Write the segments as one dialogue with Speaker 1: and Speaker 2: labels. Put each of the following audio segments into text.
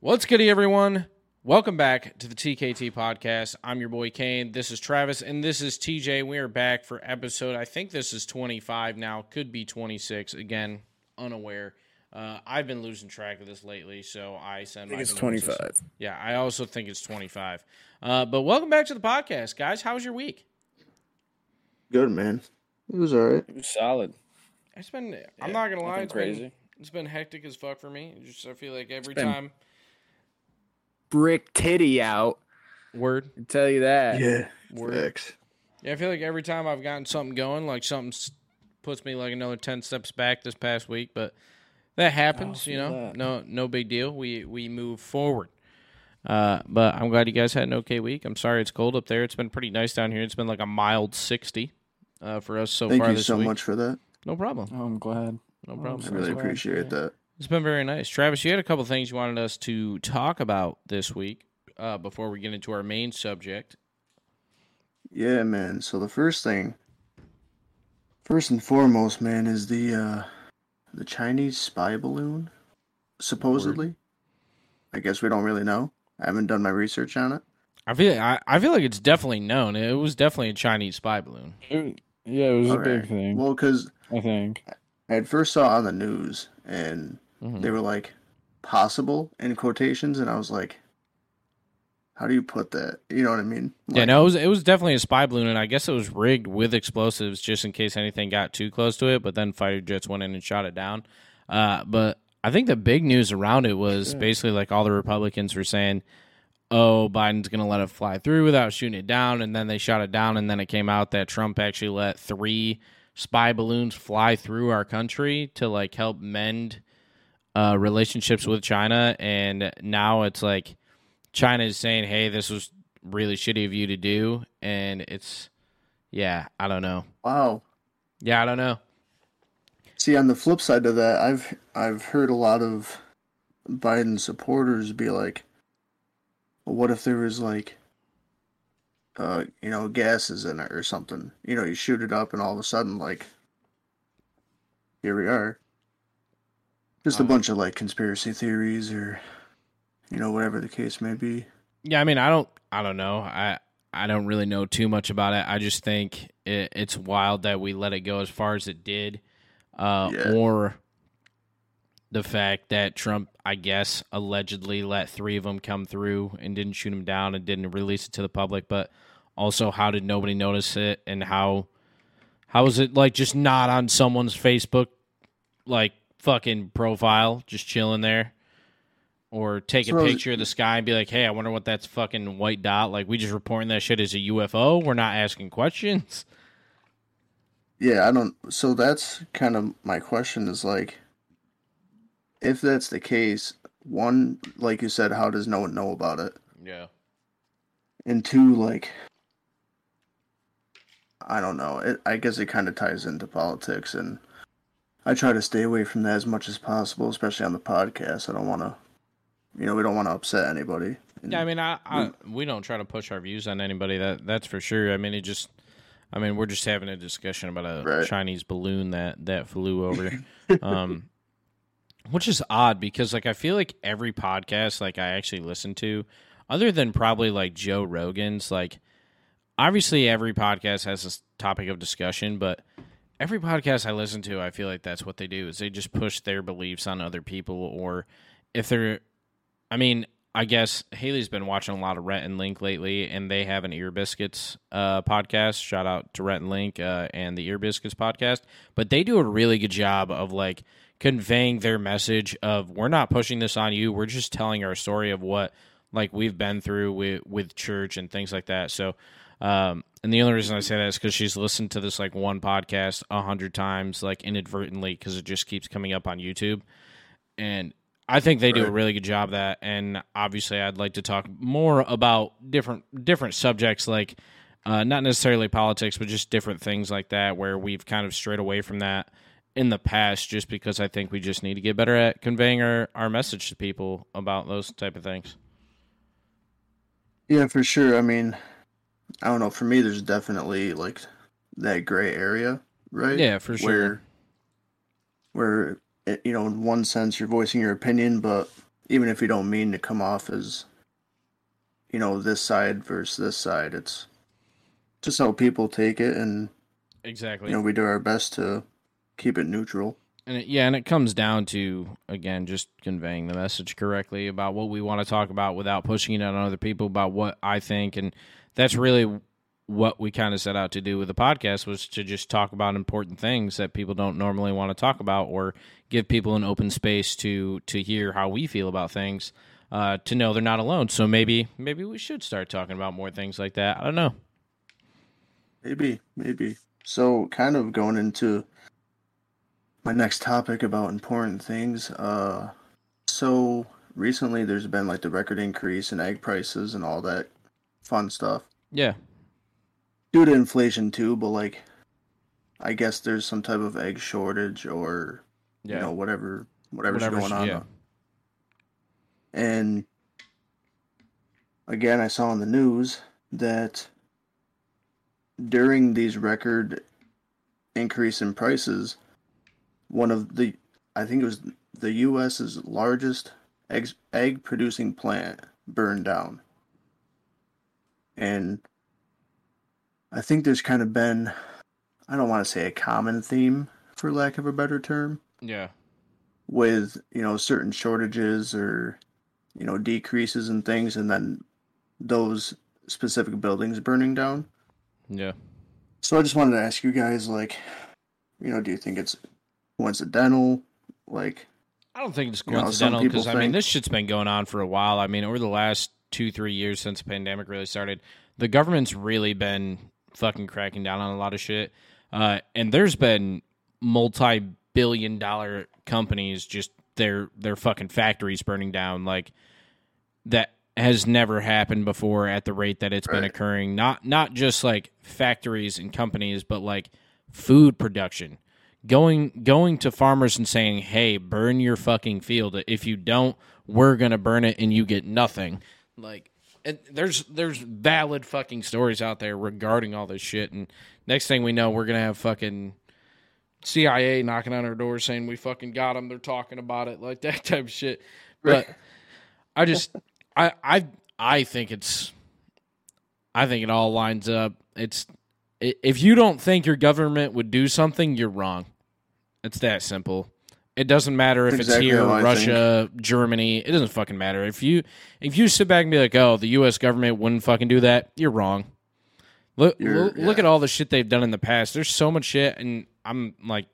Speaker 1: What's goody, everyone? Welcome back to the TKT podcast. I'm your boy Kane. This is Travis, and this is TJ. We are back for episode. I think this is 25 now. Could be 26. Again, unaware. Uh, I've been losing track of this lately, so I send.
Speaker 2: I think
Speaker 1: my
Speaker 2: it's
Speaker 1: condolences.
Speaker 2: 25.
Speaker 1: Yeah, I also think it's 25. Uh, but welcome back to the podcast, guys. How was your week?
Speaker 3: Good man. It was alright.
Speaker 2: It was solid.
Speaker 1: It's been. I'm not gonna lie.
Speaker 2: Nothing
Speaker 1: It's
Speaker 2: crazy.
Speaker 1: been. It's been hectic as fuck for me. Just I feel like every
Speaker 2: been-
Speaker 1: time.
Speaker 4: brick titty out.
Speaker 1: Word.
Speaker 4: I tell you that.
Speaker 3: Yeah.
Speaker 1: Word.
Speaker 3: Facts.
Speaker 1: Yeah, I feel like every time I've gotten something going, like something s- puts me like another ten steps back this past week, but that happens,
Speaker 3: Oh,
Speaker 1: you know.
Speaker 2: that.
Speaker 1: No, no big deal. We we move forward. Uh, but I'm glad you guys had an okay week. I'm sorry it's cold up there. It's been pretty nice down here. It's been like a mild sixty uh, for us so
Speaker 3: Thank
Speaker 1: far
Speaker 3: you
Speaker 1: this
Speaker 3: so
Speaker 1: week.
Speaker 3: much for that.
Speaker 1: No problem.
Speaker 4: Oh, I'm glad.
Speaker 1: No
Speaker 4: Oh,
Speaker 1: problem.
Speaker 3: I
Speaker 4: I'm
Speaker 3: really
Speaker 4: glad.
Speaker 3: appreciate that.
Speaker 1: It's been very nice. Travis, you had a couple things you wanted us to talk about this week uh, before we get into our main subject.
Speaker 3: Yeah, man. So the first thing first and foremost, man, is the uh the Chinese spy balloon supposedly. I guess we don't really know. I haven't done my research on it.
Speaker 1: I feel I, I feel like it's definitely known. It was definitely a Chinese spy balloon.
Speaker 4: It- Mm, yeah, it was a
Speaker 3: Alright.
Speaker 4: big
Speaker 1: Mm.
Speaker 4: thing.
Speaker 3: Well, cuz
Speaker 4: I think.
Speaker 3: I had first saw it on the news and
Speaker 1: Mhm.
Speaker 3: they were like possible in quotations and I was like how do you put that? You know what I mean?
Speaker 1: Yeah,
Speaker 3: Like,
Speaker 1: no, it was it was definitely a spy balloon, and I guess it was rigged with explosives just in case anything got too close to it. But then fighter jets went in and shot it down. Uh, but I think the big news around it was basically like all the Republicans were saying, "Oh, Biden's going to let it fly through without shooting it down," and then they shot it down, and then it came out that Trump actually let three spy balloons fly through our country to like help mend uh, relationships with China, and now it's like China is saying, "Hey, this was really shitty of you to do," and it's yeah, I don't know.
Speaker 3: Wow.
Speaker 1: Yeah, I don't know.
Speaker 3: See, on the flip side of that, I've I've heard a lot of Biden supporters be like, well, "What if there was like, uh, you know, gases in it or something? You know, you shoot it up, and all of a sudden, like, here we are." Just a
Speaker 1: Um,
Speaker 3: bunch of like conspiracy theories, or you know, whatever the case may be.
Speaker 1: Yeah, I mean, I don't, I don't know. I I don't really know too much about it. I just think it, it's wild that we let it go as far as it did, uh,
Speaker 3: Yeah.
Speaker 1: or the fact that Trump, I guess, allegedly let three of them come through and didn't shoot them down and didn't release it to the public. But also, how did nobody notice it? And how how is it like just not on someone's Facebook like fucking profile, just chilling there? Or take a
Speaker 3: So-
Speaker 1: picture of the sky and be like, hey, I wonder what that's fucking white dot. Like, we just reporting that shit as a UFO. We're not asking questions.
Speaker 3: Yeah, I don't. So that's kind of my question is like, if that's the case, one, like you said, how does no one know about it?
Speaker 1: Yeah.
Speaker 3: and two like i don't know it, i guess it kind of ties into politics and i try to stay away from that as much as possible especially on the podcast i don't want to you know we don't want to upset anybody And
Speaker 1: Yeah, I mean, I, I we don't try to push our views on anybody. That that's for sure. I mean, it just, I mean, we're just having a discussion about a
Speaker 3: Right.
Speaker 1: Chinese balloon that that flew over, um, which is odd because like I feel like every podcast like I actually listen to, other than probably like Joe Rogan's, like obviously every podcast has this topic of discussion, but every podcast I listen to, I feel like that's what they do is they just push their beliefs on other people or if they're I mean, I guess Haley's been watching a lot of Rhett and Link lately, and they have an Ear Biscuits uh, podcast. Shout out to Rhett and Link uh, and the Ear Biscuits podcast. But they do a really good job of like conveying their message of we're not pushing this on you. We're just telling our story of what like we've been through with with church and things like that. So, um, and the only reason I say that is because she's listened to this like one podcast a hundred times, like inadvertently, because it just keeps coming up on YouTube and I think they do a
Speaker 3: Right.
Speaker 1: really good job of that. And obviously, I'd like to talk more about different different subjects, like uh, not necessarily politics, but just different things like that, where we've kind of strayed away from that in the past, just because I think we just need to get better at conveying our, our message to people about those type of things.
Speaker 3: yeah for sure i mean i don't know for me there's definitely like that gray area right
Speaker 1: Yeah, for sure.
Speaker 3: eh, where where it, you know in one sense you're voicing your opinion but even if you don't mean to come off as you know this side versus this side it's just how people take it and
Speaker 1: Exactly.
Speaker 3: you know we do our best to keep it neutral
Speaker 1: And it, yeah, and it comes down to again just conveying the message correctly about what we want to talk about without pushing it on other people about what I think, and that's really what we kind of set out to do with the podcast was to just talk about important things that people don't normally want to talk about or give people an open space to to hear how we feel about things uh, to know they're not alone so maybe maybe we should start talking about more things like that i don't know
Speaker 3: maybe maybe so kind of going into my next topic about important things uh so recently there's been like the record increase in egg prices and all that fun stuff
Speaker 1: yeah
Speaker 3: due to inflation too, but like I guess there's some type of egg shortage or you know whatever whatever's,
Speaker 1: Whatever's-
Speaker 3: going on.
Speaker 1: yeah.
Speaker 3: And again, I saw on the news that during these record increase in prices, one of the I think it was the U.S.'s largest egg egg producing plant burned down, and I think there's kind of been I don't want to say a common theme for lack of a better term
Speaker 1: yeah
Speaker 3: with you know certain shortages or you know decreases and things and then those specific buildings burning down
Speaker 1: yeah
Speaker 3: so i just wanted to ask you guys like you know do you think it's coincidental like
Speaker 1: I don't think it's
Speaker 3: You know, some
Speaker 1: coincidental
Speaker 3: people
Speaker 1: because I mean
Speaker 3: think-
Speaker 1: this shit's been going on for a while. I mean over the last two three years since the pandemic really started, the government's really been fucking cracking down on a lot of shit. Uh, and there's been multi billion dollar companies just their their fucking factories burning down like that has never happened before at the rate that it's been
Speaker 3: Right.
Speaker 1: occurring. Not not just like factories and companies, but like food production. Going going to farmers and saying, "Hey, burn your fucking field. If you don't, we're gonna burn it, and you get nothing." Like, and there's there's valid fucking stories out there regarding all this shit. And next thing we know, we're gonna have fucking CIA knocking on our door saying we fucking got them. They're talking about it like that type of shit. But I just I I I think it's I think it all lines up. It's i- if you don't think your government would do something, you're wrong. It's that simple. It doesn't matter if
Speaker 3: Exactly
Speaker 1: it's here,
Speaker 3: how I
Speaker 1: Russia, Germany. It doesn't fucking matter. If you if you sit back and be like, "Oh, the U.S. government wouldn't fucking do that," you're wrong. Look,
Speaker 3: You're-
Speaker 1: look, look
Speaker 3: yeah.
Speaker 1: at all the shit they've done in the past. There's so much shit, and I'm like,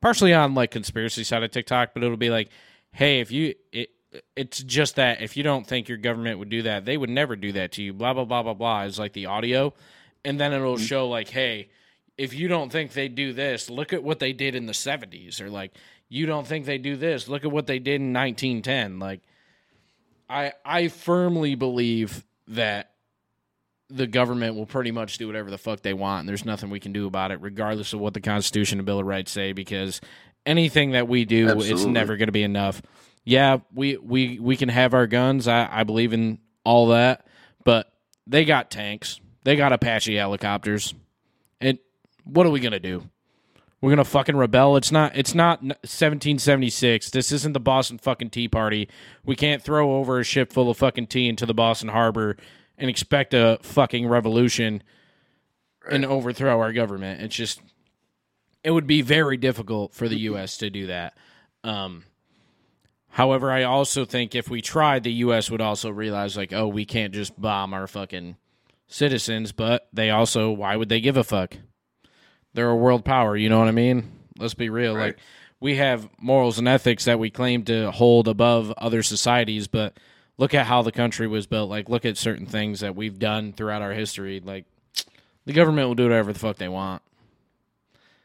Speaker 1: partially on like conspiracy side of TikTok, but it'll be like, hey, if you it, it's just that if you don't think your government would do that, they would never do that to you. Blah blah blah blah blah. Is like the audio, and then it'll
Speaker 3: Mm-hmm.
Speaker 1: show like, hey, if you don't think they do this, look at what they did in the '70s, or like, you don't think they do this, look at what they did in 1910. Like, I I firmly believe that the government will pretty much do whatever the fuck they want and there's nothing we can do about it regardless of what the constitution and bill of rights say because anything that we do it's
Speaker 3: Absolutely.
Speaker 1: never going to be enough yeah we we we can have our guns i i believe in all that but they got tanks they got apache helicopters and what are we going to do we're gonna fucking rebel. It's not. It's not 1776. This isn't the Boston fucking Tea Party. We can't throw over a ship full of fucking tea into the Boston Harbor and expect a fucking revolution and overthrow our government. It's just. It would be very difficult for the U.S. to do that. Um, however, I also think if we tried, the U.S. would also realize, like, oh, we can't just bomb our fucking citizens. But they also, why would they give a fuck? they're a world power. You know what I mean? Let's be real.
Speaker 3: Right.
Speaker 1: Like we have morals and ethics that we claim to hold above other societies, but look at how the country was built. Like look at certain things that we've done throughout our history. Like the government will do whatever the fuck they want.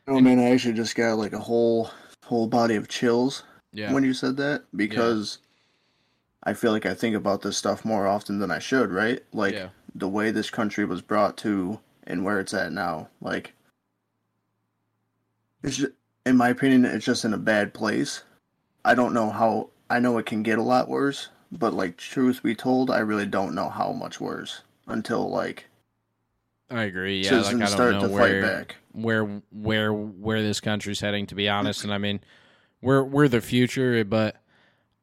Speaker 3: oh man i actually just got like a whole whole body of chills
Speaker 1: Yeah.
Speaker 3: when you said that because i feel like i think about this stuff more often than i should right like
Speaker 1: yeah.
Speaker 3: the way this country was brought to and where it's at now. Like, it's just, in my opinion, it's just in a bad place. I don't know how. I know it can get a lot worse, but like, truth be told, I really don't know how much worse until like
Speaker 1: I agree. Yeah, like
Speaker 3: citizens
Speaker 1: I
Speaker 3: start
Speaker 1: don't know
Speaker 3: to
Speaker 1: where
Speaker 3: fight back.
Speaker 1: where where where this country's heading to be honest and i mean we're we're the future but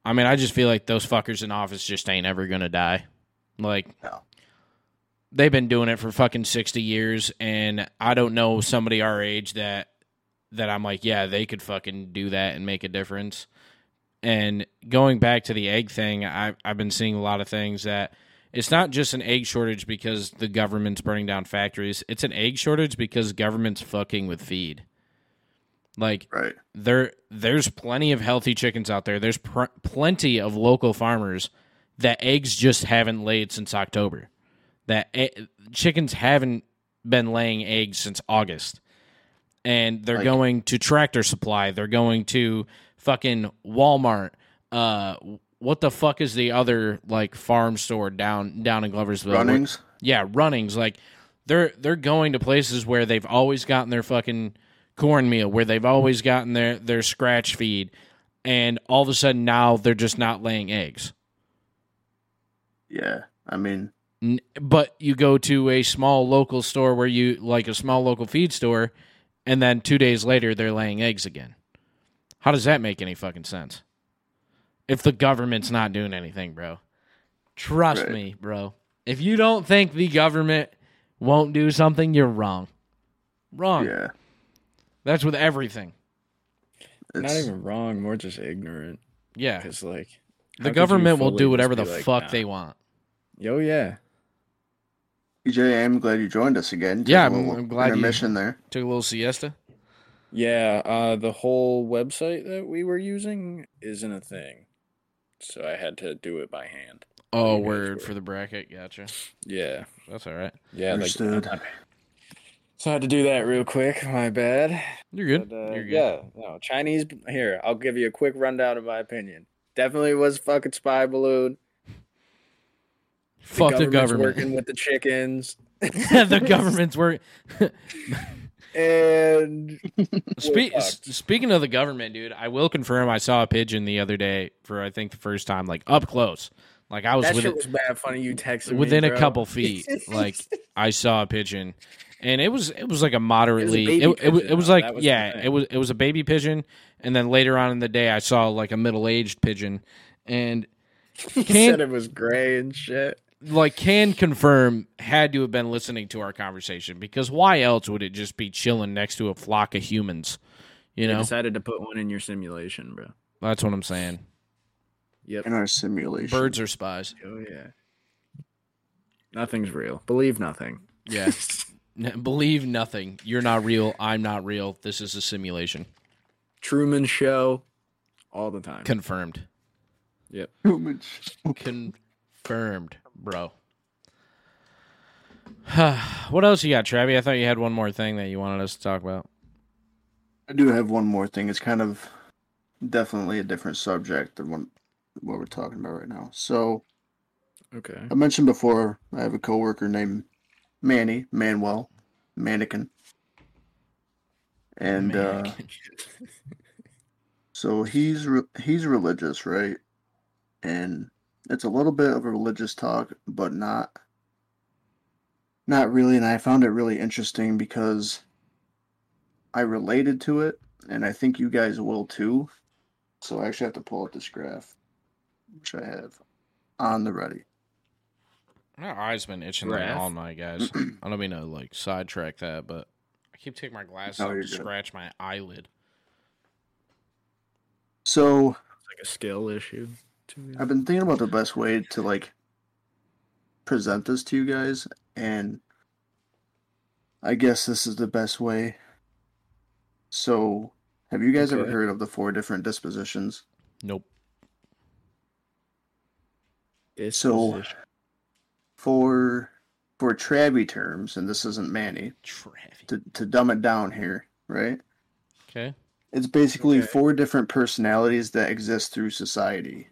Speaker 1: I mean, I just feel like those fuckers in office just ain't ever gonna die. Like
Speaker 3: No.
Speaker 1: they've been doing it for fucking sixty years, and I don't know somebody our age that that I'm like, yeah, they could fucking do that and make a difference. And going back to the egg thing, I, I've been seeing a lot of things that it's not just an egg shortage because the government's burning down factories. It's an egg shortage because government's fucking with feed. Like
Speaker 3: Right.
Speaker 1: there there's plenty of healthy chickens out there. There's pr- plenty of local farmers that eggs just haven't laid since October. That e- chickens haven't been laying eggs since August. And they're
Speaker 3: Like-
Speaker 1: going to Tractor Supply, they're going to fucking Walmart. Uh what the fuck is the other like farm store down down in Gloversville? What-
Speaker 3: Runnings.
Speaker 1: yeah, runnings like they're they're going to places where they've always gotten their fucking cornmeal, where they've always gotten their their scratch feed, and all of a sudden now they're just not laying eggs.
Speaker 3: Yeah. I mean,
Speaker 1: N- But you go to a small local store where you like a small local feed store, and then two days later they're laying eggs again. How does that make any fucking sense? If the government's not doing anything, bro. Trust
Speaker 3: Right.
Speaker 1: me, bro. If you don't think the government won't do something, you're wrong. Wrong.
Speaker 3: yeah.
Speaker 1: That's with everything.
Speaker 3: It's,
Speaker 4: Not even wrong, more just ignorant.
Speaker 1: Yeah.
Speaker 4: Because like
Speaker 1: The
Speaker 4: how could you
Speaker 1: government will
Speaker 4: fully
Speaker 1: do
Speaker 4: just
Speaker 1: whatever
Speaker 4: be
Speaker 1: the
Speaker 4: like,
Speaker 1: fuck
Speaker 4: nah.
Speaker 1: they want.
Speaker 4: Oh yeah,
Speaker 3: EJ, E I'm glad you joined us again. Took
Speaker 1: Yeah,
Speaker 3: a
Speaker 1: I'm-
Speaker 3: little
Speaker 1: I'm glad you-
Speaker 3: intermission there.
Speaker 1: Took a little siesta.
Speaker 4: yeah. Uh, the whole website that we were using isn't a thing, so I had to do it by hand.
Speaker 1: Oh,
Speaker 4: You guys
Speaker 1: word
Speaker 4: were-
Speaker 1: for the bracket. Gotcha.
Speaker 4: Yeah,
Speaker 1: That's all right.
Speaker 4: yeah. Like,
Speaker 3: Understood.
Speaker 4: so I had to do that real quick. My bad.
Speaker 1: You're good.
Speaker 4: But, uh,
Speaker 1: You're good.
Speaker 4: Yeah, no Chinese. Here, I'll give you a quick rundown of my opinion. Definitely was fucking spy balloon.
Speaker 1: Fuck the
Speaker 4: government's
Speaker 1: government.
Speaker 4: Working with the chickens
Speaker 1: the government's work.
Speaker 4: and
Speaker 1: Spe-
Speaker 4: fucked.
Speaker 1: s- speaking of the government, dude, I will confirm I saw a pigeon the other day for I think the first time, like up close. Like I was
Speaker 4: that
Speaker 1: with
Speaker 4: shit
Speaker 1: it,
Speaker 4: was bad funny. You texted me,
Speaker 1: within a
Speaker 4: bro.
Speaker 1: couple feet. like I saw a pigeon, and it was it was like a moderately
Speaker 4: baby
Speaker 1: it it, was,
Speaker 4: pigeon,
Speaker 1: it was
Speaker 4: though.
Speaker 1: like
Speaker 4: That was the
Speaker 1: yeah
Speaker 4: thing.
Speaker 1: it was it was a baby pigeon, and then later on in the day I saw like a middle aged pigeon, and
Speaker 4: he
Speaker 1: can't-
Speaker 4: said it was gray and shit.
Speaker 1: like can confirm had to have been listening to our conversation because why else would it just be chilling next to a flock of humans? You know,
Speaker 4: decided to put one in your simulation, bro.
Speaker 1: that's what I'm saying.
Speaker 4: Yep.
Speaker 3: In our simulation.
Speaker 1: Birds are spies.
Speaker 4: Oh yeah. Nothing's real. Believe nothing.
Speaker 1: Yeah. N- Believe nothing. You're not real. I'm not real. This is a simulation.
Speaker 4: Truman Show, all the time.
Speaker 1: Confirmed.
Speaker 3: Too much.
Speaker 1: Confirmed, bro. what else you got, Travi? I thought you had one more thing that you wanted us to talk about.
Speaker 3: I do have one more thing. It's kind of definitely a different subject than what, what we're talking about right now. So
Speaker 4: okay.
Speaker 3: I mentioned before I have a coworker named Manny Manuel Mannequin, and uh,
Speaker 1: Mannequin.
Speaker 3: so he's re- he's religious, right? And it's a little bit of a religious talk, but not not really. And I found it really interesting because I related to it, and I think you guys will too. So I actually have to pull up this graph, which I have on the ready.
Speaker 1: My eyes been itching like
Speaker 4: Raph?
Speaker 1: all night, guys. I don't mean to like sidetrack that, but I keep taking my glasses
Speaker 3: No,
Speaker 1: off
Speaker 3: Oh, you're
Speaker 1: to
Speaker 3: good.
Speaker 1: scratch my eyelid.
Speaker 3: So
Speaker 4: like a skill issue. Too.
Speaker 3: I've been thinking about the best way to like present this to you guys, and I guess this is the best way. So, have you guys ever
Speaker 4: Okay.
Speaker 3: heard of the four different dispositions?
Speaker 1: Nope.
Speaker 4: This
Speaker 3: so-
Speaker 4: is-
Speaker 3: For for Travy terms, and this isn't Manny,
Speaker 1: Travi.
Speaker 3: to, to dumb it down here, right?
Speaker 1: Okay.
Speaker 3: It's basically
Speaker 4: Okay.
Speaker 3: four different personalities that exist through society.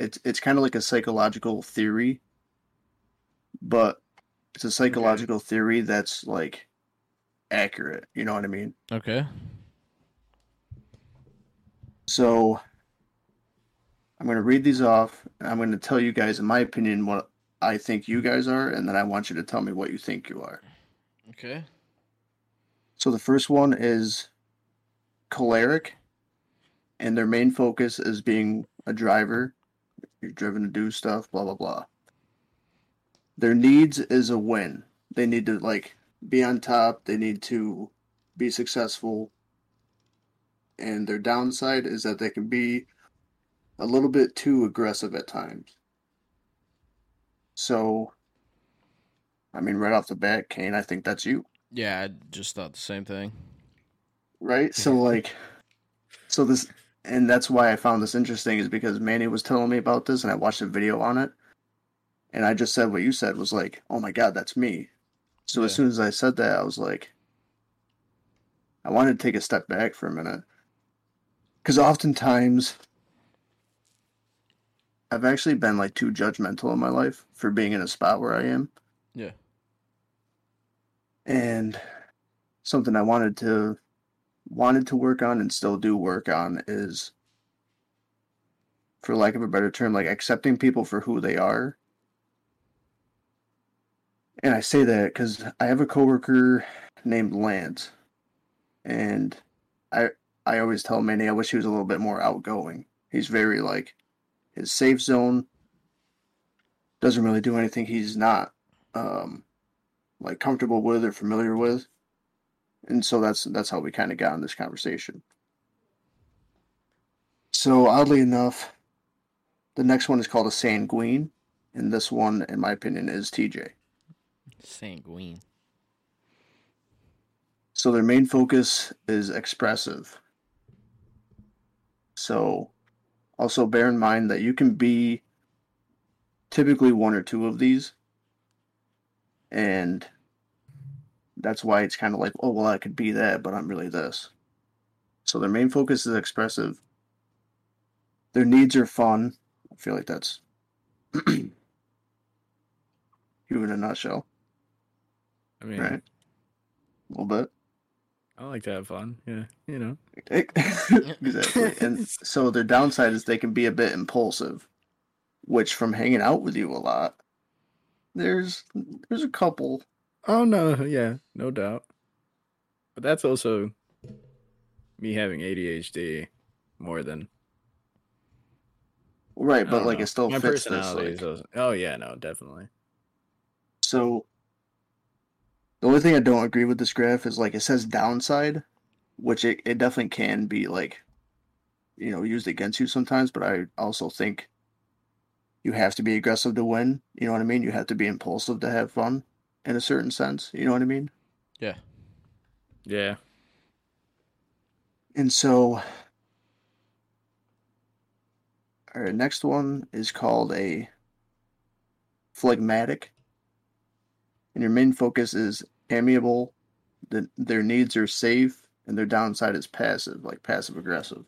Speaker 3: It's it's kind of like a psychological theory, but it's a psychological theory that's like accurate. You know what I mean?
Speaker 1: Okay.
Speaker 3: So I'm gonna read these off. and I'm gonna tell you guys, in my opinion, what I think you guys are, and then I want you to tell me what you think you are.
Speaker 1: Okay.
Speaker 3: So the first one is choleric, and their main focus is being a driver. You're driven to do stuff, blah blah blah. Their needs is a win. They need to like be on top. They need to be successful. And their downside is that they can be a little bit too aggressive at times. So, I mean, right off the bat, Kane, I think that's you,
Speaker 1: Yeah, I just thought the same thing.
Speaker 3: right? So,
Speaker 1: Mm-hmm.
Speaker 3: like, so this, and that's why I found this interesting is because Manny was telling me about this and I watched a video on it. And I just said what you said was like, oh my God, that's me. So, as
Speaker 1: Yeah.
Speaker 3: soon as I said that, I was like, I wanted to take a step back for a minute. Because oftentimes, I've actually been like too judgmental in my life for being in a spot where I am.
Speaker 1: Yeah.
Speaker 3: and something I wanted to wanted to work on and still do work on is for lack of a better term like accepting people for who they are. And I say that cuz I have a coworker named Lance and I I always tell Manny I wish he was a little bit more outgoing. He's very like his safe zone doesn't really do anything he's not um like comfortable with or familiar with. And so that's that's how we kind of got in this conversation. So oddly enough, the next one is called a sanguine, and this one, in my opinion, is TJ.
Speaker 1: Sanguine.
Speaker 3: So their main focus is expressive. So also bear in mind that you can be typically one or two of these. And that's why it's kind of like, oh, well, I could be that, but I'm really this. So their main focus is expressive. Their needs are fun. I feel like that's you in a nutshell,
Speaker 4: I mean,
Speaker 3: right? A little bit.
Speaker 4: I like to have fun. Yeah, you know.
Speaker 3: exactly. And so their downside is they can be a bit impulsive, which from hanging out with you a lot, there's there's a couple.
Speaker 4: Oh no, yeah, no doubt. But that's also me having ADHD more than
Speaker 3: Right,
Speaker 4: I
Speaker 3: but
Speaker 4: don't
Speaker 3: like
Speaker 4: know.
Speaker 3: it still
Speaker 4: Uh, my
Speaker 3: fits this.
Speaker 4: personality.
Speaker 3: Like,
Speaker 4: is also- oh yeah, no, definitely.
Speaker 3: so the only thing I don't agree with this graph is like it says downside, which it, it definitely can be like you know, used against you sometimes, but I also think you have to be aggressive to win. You know what I mean? You have to be impulsive to have fun in a certain sense. You know what I mean?
Speaker 1: Yeah.
Speaker 4: Yeah,
Speaker 3: And so, our next one is called a phlegmatic. And your main focus is amiable, the, their needs are safe, and their downside is passive, like passive aggressive.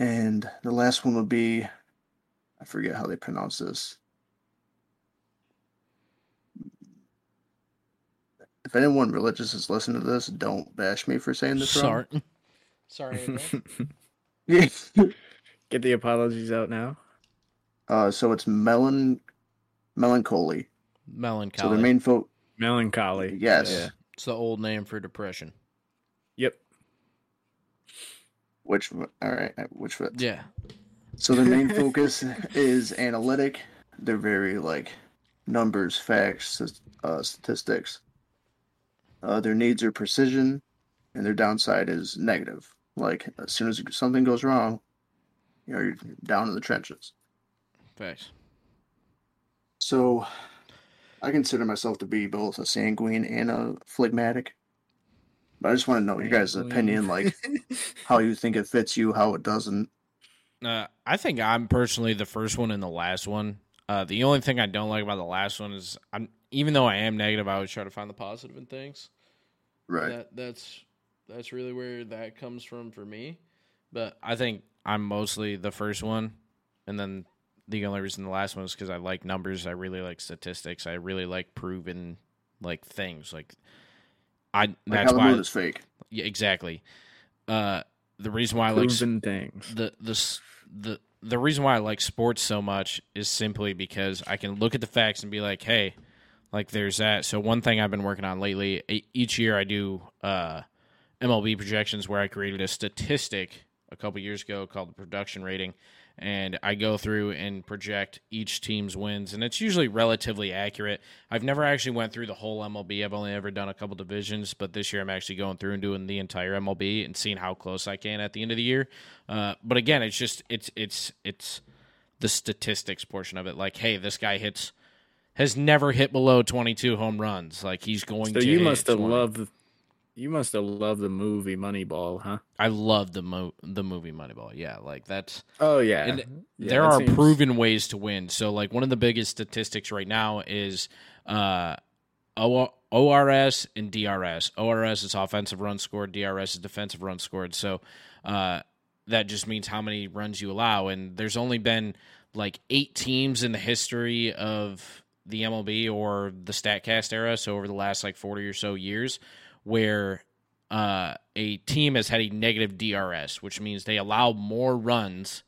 Speaker 3: And the last one would be I forget how they pronounce this. If anyone religious is listening to this, don't bash me for saying this wrong.
Speaker 1: Sorry. Sorry. again?
Speaker 3: Yes.
Speaker 4: get the apologies out now.
Speaker 3: uh, so it's melon, melancholy. So
Speaker 1: Melancholy.
Speaker 3: the main fo-
Speaker 4: Melancholy.
Speaker 3: Yes.
Speaker 4: Yeah.
Speaker 1: it's the old name for depression.
Speaker 4: Yep.
Speaker 3: which all right, which fits.
Speaker 1: Yeah.
Speaker 3: So their main focus is analytic. They're very like numbers, facts, s- uh, statistics. Uh, their needs are precision, and their downside is negative. Like as soon as something goes wrong, you know you're down in the trenches.
Speaker 1: Facts.
Speaker 3: So, I consider myself to be both a sanguine and a phlegmatic. But I just want to know your guys' opinion, like how you think it fits you, how it doesn't.
Speaker 1: Uh, I think I'm personally the first one and the last one. Uh, the only thing I don't like about the last one is I'm even though I am negative, I always try to find the positive in things.
Speaker 3: Right.
Speaker 1: That that's that's really where that comes from for me. But I think I'm mostly the first one, and then the only reason the last one is because I like numbers. I really like statistics. I really like proven like things. Like I
Speaker 3: Like
Speaker 1: that's
Speaker 3: how the
Speaker 1: why
Speaker 3: moon is fake.
Speaker 1: yeah, exactly. Uh, the reason why I like s-
Speaker 4: Proven things.
Speaker 1: the the s- the the reason why I like sports so much is simply because I can look at the facts and be like, hey, like there's that. So one thing I've been working on lately, e- each year I do uh, MLB projections where I created a statistic a couple years ago called the production rating, and I go through and project each team's wins, and it's usually relatively accurate. I've never actually went through the whole MLB. I've only ever done a couple divisions, but this year I'm actually going through and doing the entire MLB and seeing how close I can at the end of the year. Uh, but again, it's just it's it's it's the statistics portion of it. Like, hey, this guy hits has never hit below 22 home runs. Like he's going
Speaker 4: So
Speaker 1: to.
Speaker 4: you
Speaker 1: hit
Speaker 4: must have
Speaker 1: 20.
Speaker 4: loved you must have loved the movie Moneyball, huh?
Speaker 1: I love the mo- the movie Moneyball. Yeah, like that's
Speaker 4: Oh yeah.
Speaker 1: And
Speaker 4: Yeah,
Speaker 1: there
Speaker 4: that
Speaker 1: are
Speaker 4: seems-
Speaker 1: proven ways to win. So like one of the biggest statistics right now is uh O- ORS and DRS. ORS is offensive runs scored, DRS is defensive runs scored. So uh that just means how many runs you allow and there's only been like 8 teams in the history of the MLB or the Statcast era, so over the last like 40 or so years where uh, a team has had a negative DRS, which means they allow more runs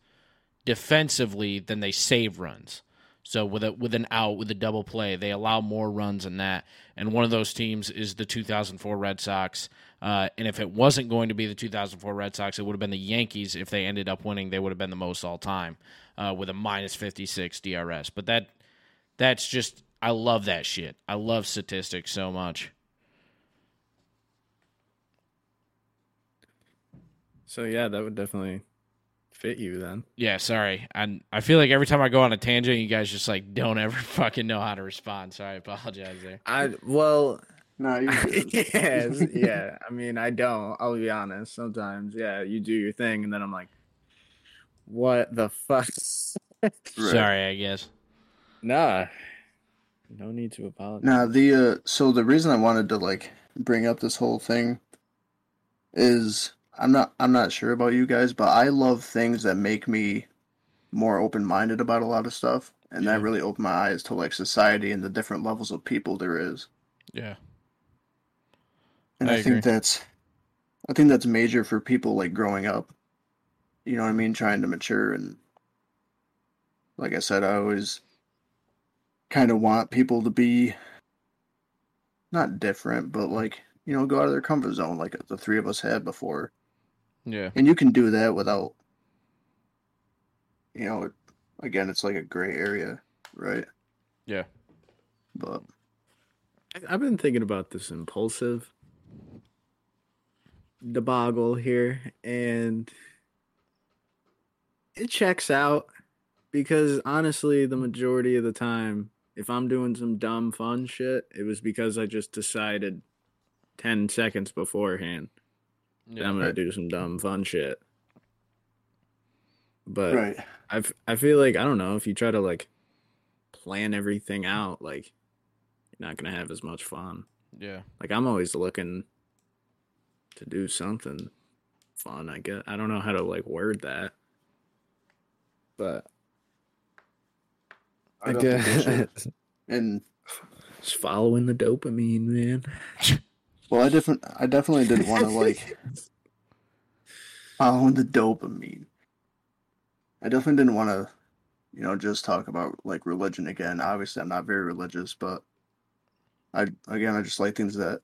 Speaker 1: defensively than they save runs. So with a with an out with a double play, they allow more runs than that. And one of those teams is the 2004 Red Sox. Uh, and if it wasn't going to be the 2004 Red Sox, it would have been the Yankees. If they ended up winning, they would have been the most all time uh, with a minus 56 DRS. But that that's just I love that shit. I love statistics so much.
Speaker 4: So yeah, that would definitely fit you then.
Speaker 1: Yeah, sorry. I I feel like every time I go on a tangent, you guys just like don't ever fucking know how to respond. So I apologize there.
Speaker 4: I well,
Speaker 3: No, you
Speaker 4: yes, yeah. I mean, I don't. I'll be honest. Sometimes, yeah, you do your thing, and then I'm like, what the fuck?
Speaker 1: Sorry, I guess.
Speaker 4: Nah. No need to apologize.
Speaker 3: Now the uh, so the reason I wanted to like bring up this whole thing is I'm not I'm not sure about you guys, but I love things that make me more open minded about a lot of stuff, and that
Speaker 1: Yeah.
Speaker 3: really opened my eyes to like society and the different levels of people there is,
Speaker 1: Yeah.
Speaker 3: and
Speaker 1: I
Speaker 3: I,
Speaker 1: agree.
Speaker 3: think that's I think that's major for people like growing up. You know what I mean? Trying to mature and like I said, I always kind of want people to be not different, but like, you know, go out of their comfort zone like the three of us had before.
Speaker 1: Yeah.
Speaker 3: And you can do that without, you know, again, it's like a gray area, right?
Speaker 1: Yeah.
Speaker 3: But
Speaker 4: I- I've been thinking about this impulsive debacle here, and it checks out because honestly, the majority of the time, if I'm doing some dumb fun shit, it was because I just decided 10 seconds beforehand that I'm
Speaker 1: Yeah.
Speaker 4: going to
Speaker 3: Right.
Speaker 4: do some dumb fun shit. But
Speaker 3: right,
Speaker 4: I, f- I feel like I don't know if you try to like plan everything out, like you're not gonna have as much fun.
Speaker 1: Yeah.
Speaker 4: Like I'm always looking to do something fun. I guess I don't know how to like word that, but I
Speaker 3: I'd have to bullshit.
Speaker 4: guess
Speaker 3: and
Speaker 4: it's following the dopamine, man.
Speaker 3: well, I different, I definitely didn't want to like follow the dopamine. I definitely didn't want to, you know, just talk about like religion again. Obviously, I'm not very religious, but I again, I just like things that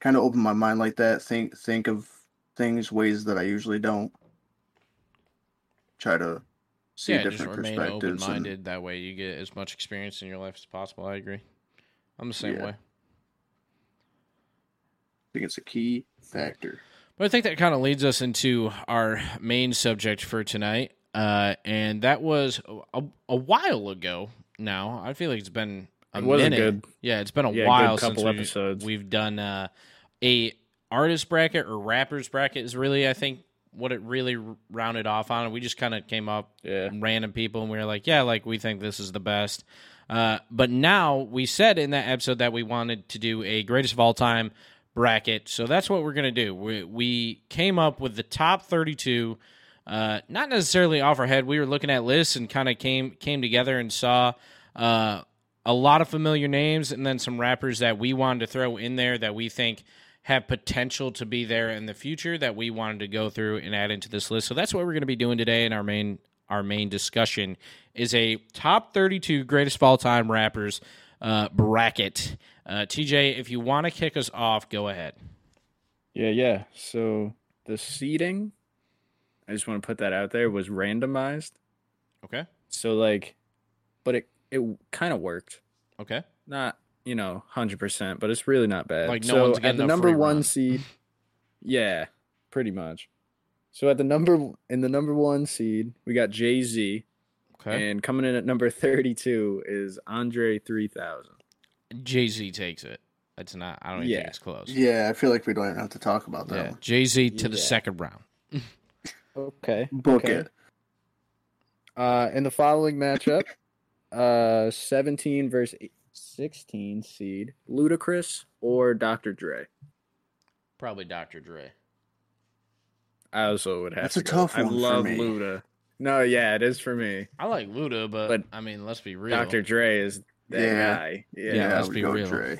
Speaker 3: kind of open my mind like that. Think think of things ways that I usually don't. Try to see
Speaker 1: yeah just
Speaker 3: different
Speaker 1: remain open
Speaker 3: perspectives. and-
Speaker 1: minded. That way you get as much experience in your life as possible. I agree. I'm the same
Speaker 3: Yeah.
Speaker 1: way.
Speaker 3: I think it's a key factor.
Speaker 1: But I think that kind of leads us into our main subject for tonight. Uh, and that was a, a while ago now. I feel like it's been a
Speaker 4: It was a
Speaker 1: minute.
Speaker 4: good-
Speaker 1: yeah, it's been a
Speaker 4: yeah, good
Speaker 1: while
Speaker 4: couple
Speaker 1: since we,
Speaker 4: episodes.
Speaker 1: we've done uh, a artist bracket or rappers bracket is really I think what it really rounded off on. We just kind of came up
Speaker 4: Yeah,
Speaker 1: random people and we were like, yeah, like we think this is the best. Uh, but now we said in that episode that we wanted to do a greatest of all time bracket. So that's what we're going to do. We, we came up with the top 32, uh, not necessarily off our head. We were looking at lists and kind of came, came together and saw, uh, a lot of familiar names and then some rappers that we wanted to throw in there that we think have potential to be there in the future that we wanted to go through and add into this list. So that's what we're going to be doing today in our main our main discussion is a top 32 greatest of all time rappers uh, bracket. Uh, TJ, if you want to kick us off, go ahead.
Speaker 4: Yeah, yeah. So the seating, I just want to put that out there, was randomized.
Speaker 1: Okay.
Speaker 4: So like, but it it kind of worked.
Speaker 1: Okay.
Speaker 4: Not you know hundred percent, but it's really not bad.
Speaker 1: Like, no
Speaker 4: so
Speaker 1: one's
Speaker 4: at
Speaker 1: getting
Speaker 4: the
Speaker 1: a
Speaker 4: number
Speaker 1: free
Speaker 4: one
Speaker 1: run.
Speaker 4: seed. Yeah, pretty much. So at the number in the number one seed, we got Jay Z,
Speaker 1: Okay.
Speaker 4: and coming in at number thirty two is Andre three thousand.
Speaker 1: Jay Z takes it. It's not. I don't even think
Speaker 4: Yeah.
Speaker 1: it's close. Yeah.
Speaker 3: Yeah, I feel like we don't even have to talk about that one.
Speaker 1: Jay Z to the
Speaker 4: Yeah.
Speaker 1: second round.
Speaker 4: Okay,
Speaker 3: Book
Speaker 4: Okay.
Speaker 3: it.
Speaker 4: Uh, in the following matchup, uh, 17 versus 16 seed, Ludacris or Dr. Dre.
Speaker 1: Probably Dr. Dre.
Speaker 4: I also would have.
Speaker 3: That's
Speaker 4: to
Speaker 3: a
Speaker 4: go.
Speaker 3: tough one
Speaker 4: I
Speaker 3: for
Speaker 4: love
Speaker 3: me.
Speaker 4: Luda. No, yeah, it is for me.
Speaker 1: I like Luda, but,
Speaker 4: But
Speaker 1: I mean, let's be real.
Speaker 4: Dr. Dre is that
Speaker 3: Yeah.
Speaker 4: guy.
Speaker 1: Yeah,
Speaker 4: Yeah.
Speaker 3: I
Speaker 1: let's
Speaker 3: would
Speaker 1: be
Speaker 3: go
Speaker 1: real.
Speaker 3: Dre.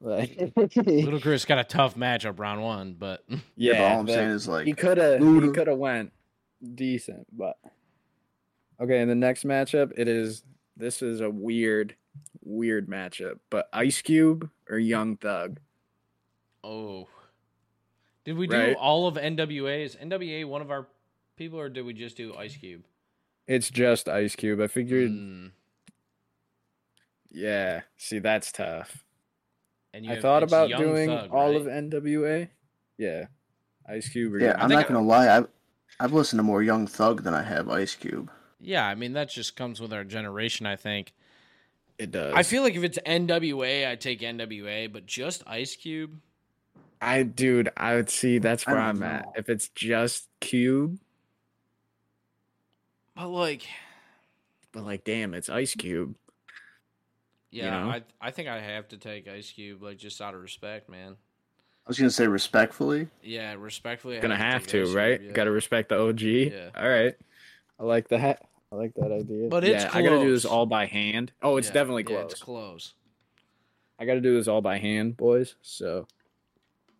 Speaker 4: Like,
Speaker 1: Little Chris got a tough matchup round one, but
Speaker 3: Yeah, but all
Speaker 4: yeah,
Speaker 3: I'm saying
Speaker 4: that,
Speaker 3: is like
Speaker 4: he could have. He
Speaker 3: Luda-
Speaker 4: could have went decent, but okay. In the next matchup, it is. This is a weird, weird matchup. But Ice Cube or Young Thug.
Speaker 1: oh, did we do
Speaker 4: Right.
Speaker 1: all of NWA? Is NWA one of our people, or did we just do Ice Cube?
Speaker 4: It's just Ice Cube. I figured,
Speaker 1: Mm.
Speaker 4: yeah. See, that's tough.
Speaker 1: And
Speaker 4: I
Speaker 1: have-
Speaker 4: thought
Speaker 1: it's
Speaker 4: about
Speaker 1: Young
Speaker 4: doing
Speaker 1: Thug,
Speaker 4: all
Speaker 1: right?
Speaker 4: of NWA. Yeah, Ice Cube. Or
Speaker 3: Yeah,
Speaker 4: Young-
Speaker 3: I'm
Speaker 1: think
Speaker 3: not gonna lie, I've I've listened to more Young Thug than I have Ice Cube.
Speaker 1: Yeah, I mean that just comes with our generation. I think.
Speaker 4: it does.
Speaker 1: I feel like if it's NWA, I take NWA, but just Ice Cube.
Speaker 4: I dude, I would see. That's
Speaker 3: I
Speaker 4: where
Speaker 3: don't
Speaker 4: I'm at.
Speaker 3: know.
Speaker 4: If it's just Cube,
Speaker 1: But like,
Speaker 4: but like, damn, it's Ice Cube.
Speaker 1: yeah,
Speaker 4: know?
Speaker 1: I I think I have to take Ice Cube, like just out of respect, man.
Speaker 3: I was gonna say respectfully.
Speaker 1: Yeah, respectfully, I
Speaker 4: Gonna have
Speaker 1: take
Speaker 4: to,
Speaker 1: Ice Cube,
Speaker 4: right?
Speaker 1: yeah.
Speaker 4: Got to respect the OG.
Speaker 1: Yeah.
Speaker 4: All right. I like that. I like that idea.
Speaker 1: But it's
Speaker 4: yeah, I gotta do this
Speaker 1: close.
Speaker 4: all by hand. Oh, it's
Speaker 1: Yeah,
Speaker 4: definitely
Speaker 1: yeah,
Speaker 4: close.
Speaker 1: it's close
Speaker 4: I gotta do this all by hand, boys. So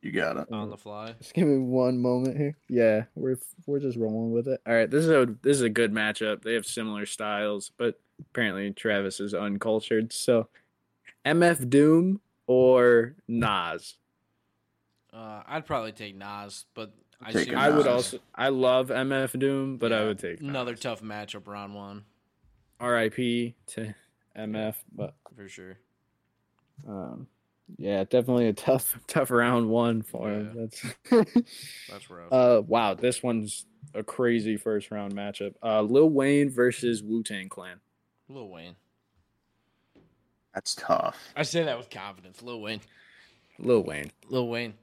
Speaker 3: You got
Speaker 4: Oh.
Speaker 3: it.
Speaker 1: on the fly.
Speaker 4: Just give me one moment here. Yeah, we're we're just rolling with it. All right, this is a this is a good matchup. They have similar styles, but apparently Travis is uncultured. So, MF Doom or Nas?
Speaker 1: Uh, I'd probably take Nas, but I,
Speaker 3: Take
Speaker 1: see
Speaker 3: a
Speaker 1: what
Speaker 4: I would
Speaker 1: you're
Speaker 3: Nas.
Speaker 4: also I love MF Doom, but I
Speaker 1: Yeah,
Speaker 4: would take
Speaker 1: saying. another tough matchup round one
Speaker 4: R.I.P. to MF, but
Speaker 1: for sure.
Speaker 4: um, yeah, definitely a tough tough round one for him. That's
Speaker 1: That's rough.
Speaker 4: uh wow, this one's a crazy first round matchup. Uh, Lil Wayne versus Wu Tang Clan.
Speaker 1: Lil Wayne.
Speaker 3: That's tough.
Speaker 1: I say that with confidence. Lil Wayne.
Speaker 4: Lil Wayne.
Speaker 1: Lil Wayne.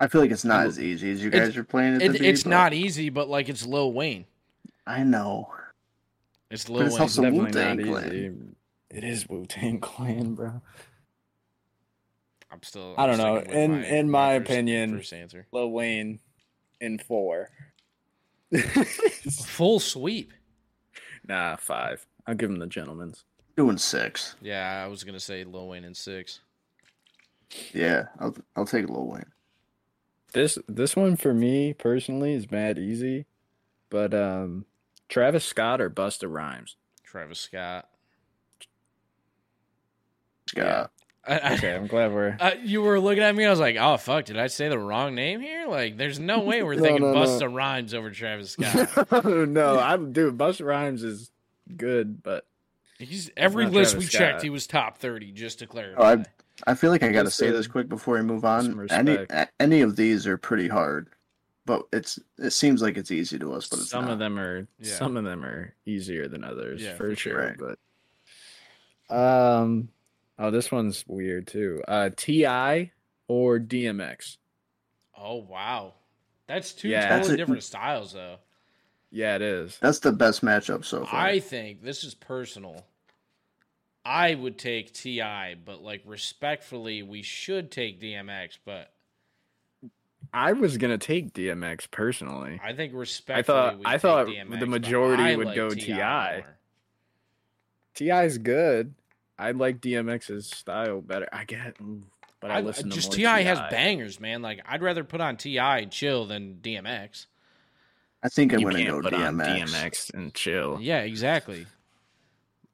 Speaker 3: I feel like it's not as easy as you guys
Speaker 1: It's-
Speaker 3: are playing it. to
Speaker 1: It,
Speaker 3: be,
Speaker 1: it's
Speaker 3: but
Speaker 1: not easy, but like it's Lil Wayne.
Speaker 3: I know.
Speaker 1: It's
Speaker 3: But
Speaker 1: Lil
Speaker 3: it's
Speaker 1: Wayne.
Speaker 3: also-
Speaker 4: Definitely
Speaker 3: Wu-Tang
Speaker 4: not
Speaker 3: Clan.
Speaker 4: easy. It is Wu Tang Clan, bro.
Speaker 1: I'm still.
Speaker 4: I
Speaker 1: I'm
Speaker 4: don't know.
Speaker 1: sticking with
Speaker 4: In- in my
Speaker 1: first-
Speaker 4: opinion-
Speaker 1: first answer.
Speaker 4: Lil Wayne in four.
Speaker 1: Full sweep.
Speaker 4: nah, five. I'll give him the gentleman's.
Speaker 3: Doing six.
Speaker 1: Yeah, I was gonna say Lil Wayne in six.
Speaker 3: Yeah, I'll I'll take Lil Wayne.
Speaker 4: This this one for me personally is mad easy, but um, Travis Scott or Busta Rhymes.
Speaker 1: Travis Scott.
Speaker 3: Scott.
Speaker 4: Yeah.
Speaker 1: I, I,
Speaker 4: Okay, I'm glad we're.
Speaker 1: Uh, you were looking at me. I was like, "Oh fuck, did I say the wrong name here?" Like, there's no way we're
Speaker 4: No,
Speaker 1: thinking
Speaker 4: no, no.
Speaker 1: Busta Rhymes over Travis Scott.
Speaker 4: no, I'm dude. Busta Rhymes is good, but
Speaker 1: He's every
Speaker 4: not
Speaker 1: list
Speaker 4: Travis
Speaker 1: we
Speaker 4: Scott.
Speaker 1: checked, he was top thirty. Just to clarify,
Speaker 3: Oh, I I feel like I gotta
Speaker 4: Just,
Speaker 3: say
Speaker 4: uh,
Speaker 3: this quick before we move
Speaker 4: some
Speaker 3: on. Any
Speaker 4: respect.
Speaker 3: a- any of these are pretty hard, but it's it seems like it's easy to us, but it's
Speaker 4: some
Speaker 3: not.
Speaker 4: of them are
Speaker 1: Yeah.
Speaker 4: some of them are easier than others
Speaker 1: Yeah,
Speaker 4: for,
Speaker 1: for
Speaker 4: sure.
Speaker 3: sure.
Speaker 4: But um, oh, this one's weird too. Uh, Ti or DMX?
Speaker 1: oh wow, that's two
Speaker 4: Yeah.
Speaker 1: totally
Speaker 3: That's a-
Speaker 1: different styles, though.
Speaker 4: Yeah, it is.
Speaker 3: That's the best matchup so far.
Speaker 1: I think this is personal. I would take Ti, but like respectfully, we should take DMX. But
Speaker 4: I was gonna take DMX personally.
Speaker 1: I think
Speaker 4: I
Speaker 1: respectfully,
Speaker 4: thought
Speaker 1: we
Speaker 4: I
Speaker 1: take
Speaker 4: thought
Speaker 1: DMX,
Speaker 4: the
Speaker 1: but
Speaker 4: majority
Speaker 1: I
Speaker 4: would
Speaker 1: like
Speaker 4: go
Speaker 1: T.I.
Speaker 4: T.I..
Speaker 1: more.
Speaker 4: Ti's good. I like DMX's style better. I get, mm, but I,
Speaker 1: I-
Speaker 4: listen to
Speaker 1: just
Speaker 4: more
Speaker 1: Ti has
Speaker 4: T.I..
Speaker 1: bangers, man. Like I'd rather put on Ti and chill than DMX.
Speaker 3: I think I'm
Speaker 4: You
Speaker 3: gonna
Speaker 4: can't
Speaker 3: go
Speaker 4: put on
Speaker 3: DMX.
Speaker 4: DMX and chill.
Speaker 1: Yeah, exactly.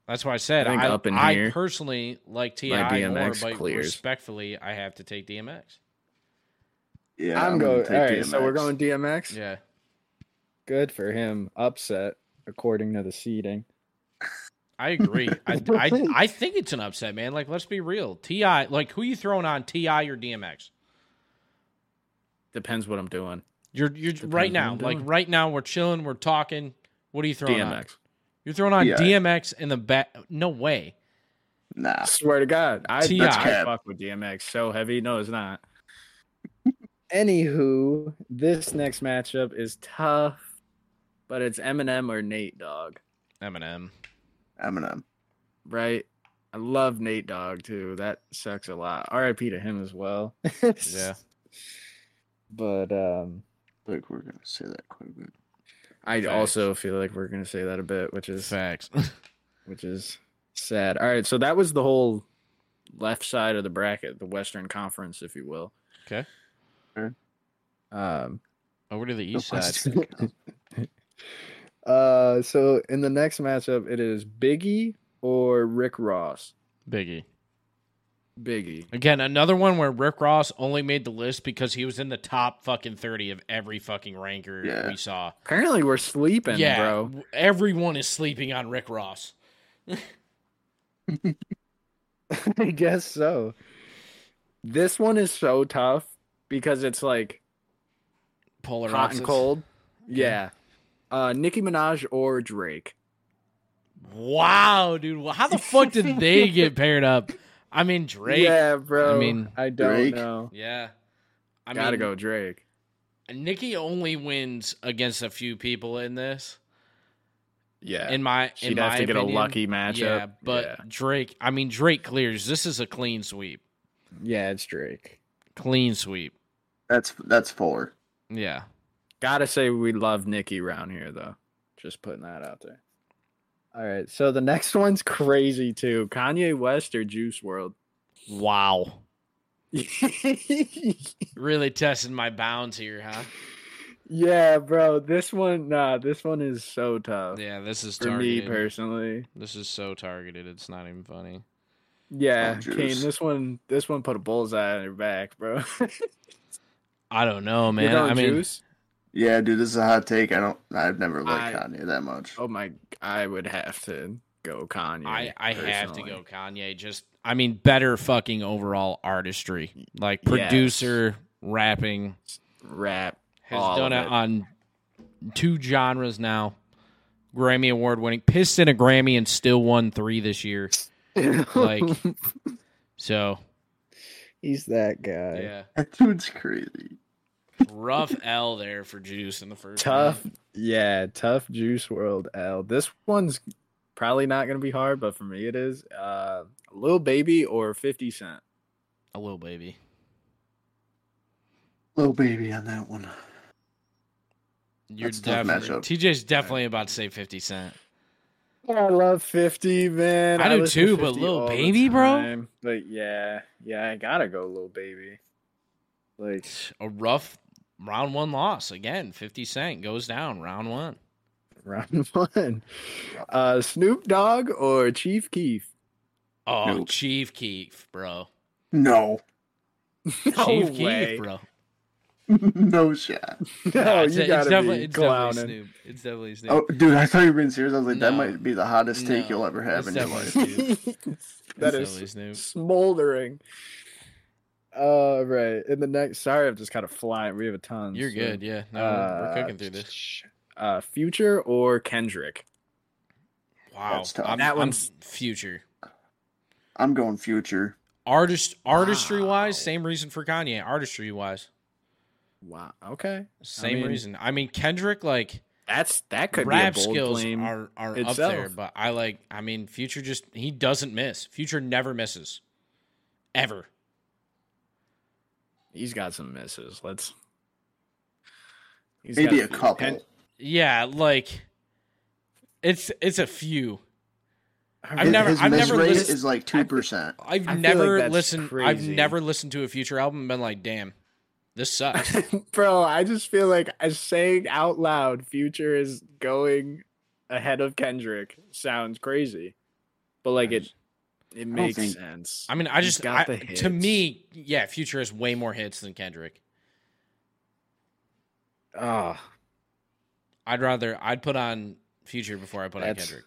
Speaker 1: That's why I said
Speaker 4: I
Speaker 1: I,
Speaker 4: think
Speaker 1: I,
Speaker 4: up in here,
Speaker 1: personally like Ti
Speaker 4: my
Speaker 1: more,
Speaker 4: DMX
Speaker 1: but
Speaker 4: clears.
Speaker 1: respectfully, I have to take DMX.
Speaker 3: Yeah,
Speaker 4: I'm, going.
Speaker 3: take
Speaker 4: All right, so we're
Speaker 3: DMX.
Speaker 4: going DMX.
Speaker 1: Yeah.
Speaker 4: Good for him. Upset according to the seeding.
Speaker 1: I agree. I, I I think it's an upset, man. Like, let's be real. Ti, like, who you throwing on Ti or DMX?
Speaker 4: Depends what I'm doing.
Speaker 1: You're you're
Speaker 4: Depends
Speaker 1: right
Speaker 4: what
Speaker 1: now.
Speaker 4: I'm
Speaker 1: Like
Speaker 4: doing.
Speaker 1: right now, we're chilling. We're talking. What are you throwing on?
Speaker 4: DMX.
Speaker 1: You're throwing on
Speaker 3: Yeah.
Speaker 1: DMX in the back. No way.
Speaker 3: Nah,
Speaker 4: I swear to God, I,
Speaker 1: T.I.
Speaker 4: that's
Speaker 3: Cap.
Speaker 4: fuck with DMX so heavy. No, it's not. Anywho, this next matchup is tough, but it's Eminem or Nate Dogg,
Speaker 1: Eminem.
Speaker 3: Eminem.
Speaker 4: right? I love Nate Dogg too. That sucks a lot. R.I.P. to him as well.
Speaker 1: Yeah.
Speaker 4: But um,
Speaker 3: Like we're gonna say that quite a bit.
Speaker 4: I
Speaker 1: Facts.
Speaker 4: also feel like we're gonna say that a bit, which is
Speaker 1: Facts.
Speaker 4: which is sad. All right, so that was the whole left side of the bracket, the Western Conference, if you will.
Speaker 1: Okay.
Speaker 3: Sure.
Speaker 4: Um,
Speaker 1: Over to the
Speaker 3: The
Speaker 1: east side.
Speaker 3: last thing counts.
Speaker 4: uh, so in the next matchup, it is Biggie or Rick Ross.
Speaker 1: Biggie.
Speaker 4: Biggie.
Speaker 1: Again, another one where Rick Ross only made the list because he was in the top fucking 30 of every fucking ranker
Speaker 3: Yeah.
Speaker 1: we saw.
Speaker 4: Apparently, we're sleeping,
Speaker 1: yeah.
Speaker 4: bro.
Speaker 1: Everyone is sleeping on Rick Ross.
Speaker 4: I guess so. This one is so tough because it's like
Speaker 1: Polar
Speaker 4: hot
Speaker 1: opposites.
Speaker 4: and cold. Yeah. Uh, Nicki Minaj or Drake.
Speaker 1: Wow, dude. Well, How the fuck did they get paired up? I mean, Drake. Yeah.
Speaker 4: Yeah, bro.
Speaker 1: I mean,
Speaker 4: I don't
Speaker 3: Drake.
Speaker 4: know.
Speaker 1: I
Speaker 4: Gotta
Speaker 1: mean,
Speaker 4: go Drake.
Speaker 1: Nikki only wins against a few people in this.
Speaker 4: Yeah.
Speaker 1: In my, in
Speaker 4: She'd
Speaker 1: my
Speaker 4: have to get a
Speaker 1: opinion.
Speaker 4: lucky matchup.
Speaker 1: Yeah, but Drake. I mean, Drake clears. This is a clean sweep.
Speaker 4: yeah, it's Drake.
Speaker 1: Clean sweep.
Speaker 3: That's that's four.
Speaker 1: Yeah.
Speaker 4: Gotta say we love Nikki round here though. Just putting that out there. All right, so the next one's crazy too. Kanye West or Juice World?
Speaker 1: Wow.
Speaker 4: yeah,
Speaker 1: Really testing my bounds here, huh?
Speaker 4: bro. This one, nah, this one is so tough
Speaker 1: Yeah, this is
Speaker 4: for me
Speaker 1: targeted.
Speaker 4: personally.
Speaker 1: this is so targeted. It's not even funny.
Speaker 4: Yeah,
Speaker 3: Oh,
Speaker 4: Kane,
Speaker 3: Juice.
Speaker 4: this one, this one put a bullseye on your back, bro.
Speaker 1: I don't know,
Speaker 4: You're
Speaker 1: man.
Speaker 4: going
Speaker 1: I mean,
Speaker 4: Juice?
Speaker 3: Yeah, dude, this is a hot take. I don't. I've never liked
Speaker 4: I-
Speaker 3: Kanye that much.
Speaker 4: oh my, I would have to go Kanye.
Speaker 1: I I have to
Speaker 4: personally.
Speaker 1: go Kanye. Just I mean, better fucking overall artistry, like
Speaker 4: Yes.
Speaker 1: producer, rapping.
Speaker 4: rap.
Speaker 1: Has
Speaker 4: all
Speaker 1: done
Speaker 4: of
Speaker 1: it on two genres now. Grammy award winning, pissed in a Grammy and still won three this year. Like, so
Speaker 4: he's that guy.
Speaker 1: yeah,
Speaker 3: That dude's crazy.
Speaker 1: rough L there for Juice in the first
Speaker 4: Tough,
Speaker 1: round.
Speaker 4: yeah, tough Juice World L. This one's probably not gonna be hard, but for me it is. Uh, Lil Baby or Fifty Cent.
Speaker 1: A little baby.
Speaker 3: Little baby on that one.
Speaker 1: You're
Speaker 3: That's a tough
Speaker 1: definitely
Speaker 3: matchup.
Speaker 1: TJ's definitely about to say Fifty Cent.
Speaker 4: I love Fifty, man.
Speaker 1: I do
Speaker 4: listen to
Speaker 1: too, but
Speaker 4: 50
Speaker 1: Lil
Speaker 4: all the
Speaker 1: Baby, bro?
Speaker 4: time. But yeah, yeah, I gotta go Lil Baby. Like,
Speaker 1: A rough round one loss again. Fifty Cent goes down round one.
Speaker 4: round one. Uh, Snoop Dogg or Chief Keef?
Speaker 1: Oh,
Speaker 3: Nope.
Speaker 1: Chief Keef, bro.
Speaker 3: No,
Speaker 1: Chief Keef, bro.
Speaker 3: no shot.
Speaker 4: No,
Speaker 1: it's,
Speaker 4: you
Speaker 1: it's definitely,
Speaker 4: gotta be
Speaker 1: it's definitely
Speaker 4: clowning.
Speaker 1: Snoop. It's definitely Snoop.
Speaker 3: Oh, dude, I thought you were being serious. I was like, that
Speaker 1: No.
Speaker 3: might be the hottest take
Speaker 1: No,
Speaker 3: you'll ever have in
Speaker 1: it's
Speaker 3: your life.
Speaker 1: definitely Snoop. It's
Speaker 4: that
Speaker 1: definitely
Speaker 4: is
Speaker 1: Snoop.
Speaker 4: smoldering. Uh, right. In the next, sorry, I'm just kind of flying. We have a ton.
Speaker 1: You're
Speaker 4: so-
Speaker 1: good, yeah. No, we're, we're
Speaker 4: Uh,
Speaker 1: cooking through this.
Speaker 4: Uh, Future or Kendrick?
Speaker 1: Wow,
Speaker 3: That's tough.
Speaker 1: I'm,
Speaker 4: That
Speaker 1: I'm
Speaker 4: one's-
Speaker 1: future.
Speaker 3: I'm going future.
Speaker 1: Artist, artistry wise,
Speaker 4: Wow.
Speaker 1: same reason for Kanye. Artistry wise,
Speaker 4: Wow. Okay.
Speaker 1: same
Speaker 4: mean-
Speaker 1: reason. I mean, Kendrick like
Speaker 4: That's that could
Speaker 1: rap
Speaker 4: be a bold
Speaker 1: skills
Speaker 4: claim.
Speaker 1: are are up
Speaker 4: itself.
Speaker 1: there, but I like. I mean, Future just he doesn't miss. Future never misses, ever.
Speaker 4: He's got some misses. Let's. He's
Speaker 3: Maybe
Speaker 4: got
Speaker 3: a couple.
Speaker 4: Ken-
Speaker 1: Yeah, like it's it's a few. I've
Speaker 3: His-
Speaker 1: never-
Speaker 3: his
Speaker 1: I've
Speaker 3: miss
Speaker 1: never
Speaker 3: rate
Speaker 1: listened-
Speaker 3: is like
Speaker 4: I
Speaker 3: two
Speaker 4: think-
Speaker 3: percent.
Speaker 1: I've
Speaker 4: I feel like
Speaker 1: never
Speaker 4: that's
Speaker 1: listened. I've
Speaker 4: crazy.
Speaker 1: never listened to a Future album and been like, damn, this sucks.
Speaker 4: Bro, I just feel like I saying out loud, Future is going ahead of Kendrick. Sounds crazy, but like it, it makes
Speaker 3: think-
Speaker 4: sense.
Speaker 1: I mean, I
Speaker 4: He's
Speaker 1: just
Speaker 4: got
Speaker 1: I-
Speaker 4: the
Speaker 1: to
Speaker 4: hits.
Speaker 1: me, yeah, Future has way more hits than Kendrick.
Speaker 4: Ah,
Speaker 1: I'd rather I'd put on Future before I put on
Speaker 4: That's-
Speaker 1: Kendrick.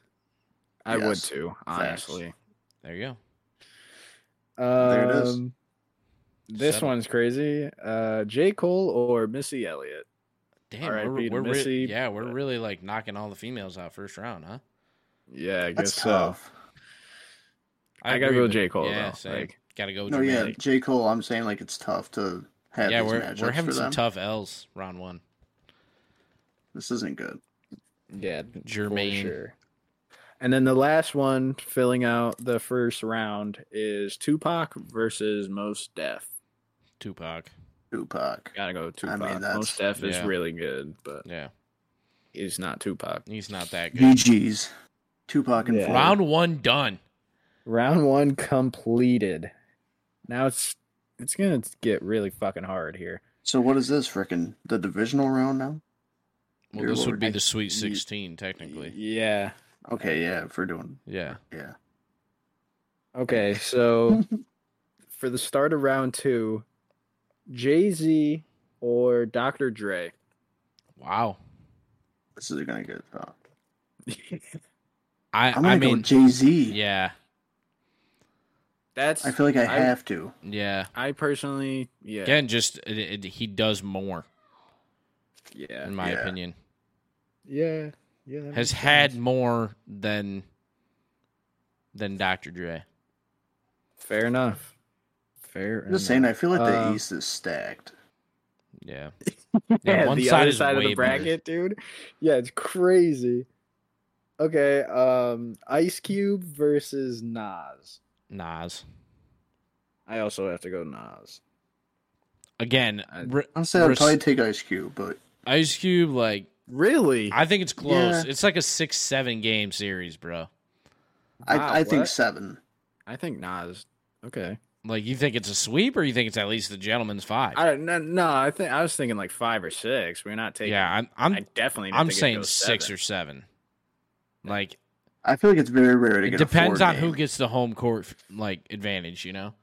Speaker 4: I would
Speaker 3: Yes.
Speaker 4: too,
Speaker 3: Facts.
Speaker 4: honestly.
Speaker 1: There you go.
Speaker 4: There
Speaker 3: it is.
Speaker 4: Um, This
Speaker 1: Seven.
Speaker 4: one's crazy. Uh, J. Cole or Missy Elliott?
Speaker 1: Damn,
Speaker 4: R.I.P.
Speaker 1: we're,
Speaker 4: to
Speaker 1: we're re-
Speaker 4: Missy,
Speaker 1: yeah, we're
Speaker 4: but-
Speaker 1: really like knocking all the females out first round, huh?
Speaker 4: Yeah, I
Speaker 3: That's
Speaker 4: guess so.
Speaker 3: tough.
Speaker 4: I gotta
Speaker 1: agree
Speaker 4: go
Speaker 1: with-
Speaker 4: J. Cole,
Speaker 1: Yeah,
Speaker 4: though,
Speaker 1: same.
Speaker 4: like-
Speaker 1: gotta go.
Speaker 3: No, yeah,
Speaker 1: dramatic.
Speaker 3: J. Cole. I'm saying like it's tough to have
Speaker 1: yeah,
Speaker 3: these
Speaker 1: we're
Speaker 3: matchups
Speaker 1: we're having
Speaker 3: for
Speaker 1: some
Speaker 3: them.
Speaker 1: tough L's round one.
Speaker 3: This isn't good.
Speaker 4: Yeah,
Speaker 1: Jermaine.
Speaker 4: And then the last one filling out the first round is Tupac versus Most Def.
Speaker 1: Tupac.
Speaker 3: Tupac.
Speaker 4: Gotta go Tupac.
Speaker 3: that's-
Speaker 4: Most Def is
Speaker 1: yeah.
Speaker 4: really good, but
Speaker 1: Yeah,
Speaker 4: he's not Tupac.
Speaker 1: he's not that good.
Speaker 3: GG's. Tupac and
Speaker 4: Yeah.
Speaker 3: Floyd.
Speaker 1: Round one done.
Speaker 4: Round one completed. Now it's it's gonna get really fucking hard here.
Speaker 3: So what is this frickin' the divisional round now?
Speaker 1: Well,
Speaker 3: Dear
Speaker 1: this would
Speaker 3: Lord.
Speaker 1: be
Speaker 3: I-
Speaker 1: the Sweet
Speaker 3: ye-
Speaker 1: Sixteen, technically.
Speaker 4: Yeah.
Speaker 3: Okay, yeah, if we're doing
Speaker 1: Yeah.
Speaker 3: yeah.
Speaker 4: Okay, so for the start of round two, Jay Z or Dr. Dre?
Speaker 1: Wow.
Speaker 3: This is gonna get tough.
Speaker 1: I
Speaker 3: I'm gonna
Speaker 1: I mean,
Speaker 3: go Jay Z.
Speaker 1: yeah,
Speaker 4: That's
Speaker 3: I feel like I,
Speaker 4: I-
Speaker 3: have to.
Speaker 1: yeah.
Speaker 4: I personally yeah
Speaker 1: Again, just it, it, he does more,
Speaker 4: yeah
Speaker 1: in my
Speaker 3: Yeah.
Speaker 1: opinion.
Speaker 4: yeah yeah that
Speaker 1: Has
Speaker 4: makes
Speaker 1: had
Speaker 4: sense.
Speaker 1: more than than Dr. Dre.
Speaker 4: fair enough fair
Speaker 3: I'm just saying, I
Speaker 4: enough.
Speaker 3: feel like the
Speaker 4: Uh,
Speaker 3: East is stacked.
Speaker 1: Yeah.
Speaker 4: yeah,
Speaker 1: one
Speaker 4: the
Speaker 1: side
Speaker 4: other
Speaker 1: is
Speaker 4: side of
Speaker 1: way
Speaker 4: the
Speaker 1: better.
Speaker 4: bracket dude yeah it's crazy okay um Ice Cube versus Nas
Speaker 1: Nas.
Speaker 4: I also have to go Nas
Speaker 1: Again,
Speaker 4: I-
Speaker 1: re-
Speaker 3: Honestly, I'd
Speaker 1: res-
Speaker 3: probably take Ice Cube, but
Speaker 1: Ice Cube like
Speaker 4: really
Speaker 1: I think it's close.
Speaker 3: Yeah.
Speaker 1: It's like a 6-7 game series, bro.
Speaker 4: Wow,
Speaker 3: I, I
Speaker 4: Ah,
Speaker 3: think
Speaker 4: what?
Speaker 3: seven.
Speaker 4: I think Nas okay
Speaker 1: Like you think it's a sweep or you think it's at least the gentleman's 5?
Speaker 4: I no, no I think I was thinking like five or six we're not taking
Speaker 1: yeah, I'm
Speaker 4: I
Speaker 1: I'm
Speaker 4: definitely
Speaker 1: I'm saying 6 or 7. Like
Speaker 3: I feel like it's very rare to
Speaker 1: it
Speaker 3: get.
Speaker 1: depends
Speaker 3: a
Speaker 1: on who gets the home court like advantage, you know?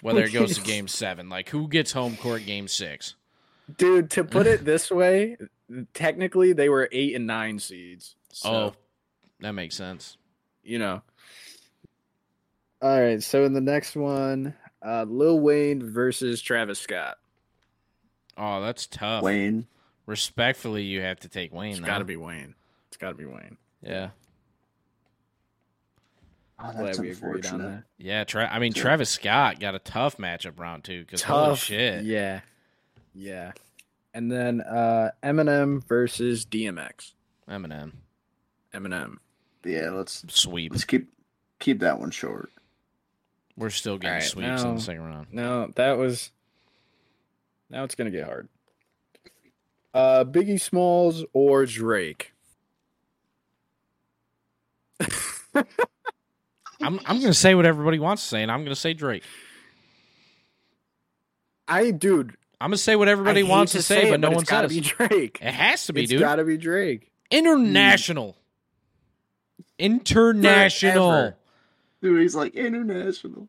Speaker 1: Whether it goes to game 7, like who gets home court game 6?
Speaker 4: Dude, to put it this way, technically they were eight and nine seeds. So,
Speaker 1: Oh, that makes sense.
Speaker 4: you know. All right, so in the next one, uh, Lil Wayne versus Travis Scott.
Speaker 1: Oh, that's tough.
Speaker 3: Wayne.
Speaker 1: Respectfully, you have to take Wayne.
Speaker 4: It's
Speaker 1: though.
Speaker 4: got to be Wayne. It's got to be Wayne.
Speaker 1: Yeah.
Speaker 3: Oh,
Speaker 4: Glad
Speaker 3: that's
Speaker 4: we agreed on
Speaker 3: unfortunate.
Speaker 4: that.
Speaker 1: Yeah, tra- I mean
Speaker 3: Dude.
Speaker 1: Travis Scott got a tough matchup round two because holy shit,
Speaker 4: Yeah. Yeah. And then uh, Eminem versus DMX.
Speaker 1: Eminem
Speaker 4: Eminem.
Speaker 3: Yeah, let's
Speaker 1: sweep.
Speaker 3: let's keep keep that one short.
Speaker 1: We're still getting
Speaker 4: Alright,
Speaker 1: sweeps in
Speaker 4: now-
Speaker 1: the second round.
Speaker 4: No, that was. Now it's going to get hard. Uh, Biggie Smalls or Drake?
Speaker 1: I'm I'm gonna say what everybody wants to say, and I'm gonna say Drake.
Speaker 4: I, dude,
Speaker 1: I'm gonna say what everybody
Speaker 4: I hate
Speaker 1: wants to, say,
Speaker 4: it,
Speaker 1: but no
Speaker 4: it's
Speaker 1: one
Speaker 4: gotta
Speaker 1: says.
Speaker 4: be Drake.
Speaker 1: It has to be,
Speaker 4: it's
Speaker 1: dude.
Speaker 4: gotta be Drake.
Speaker 1: International, international.
Speaker 4: Forever.
Speaker 3: Dude, he's like international.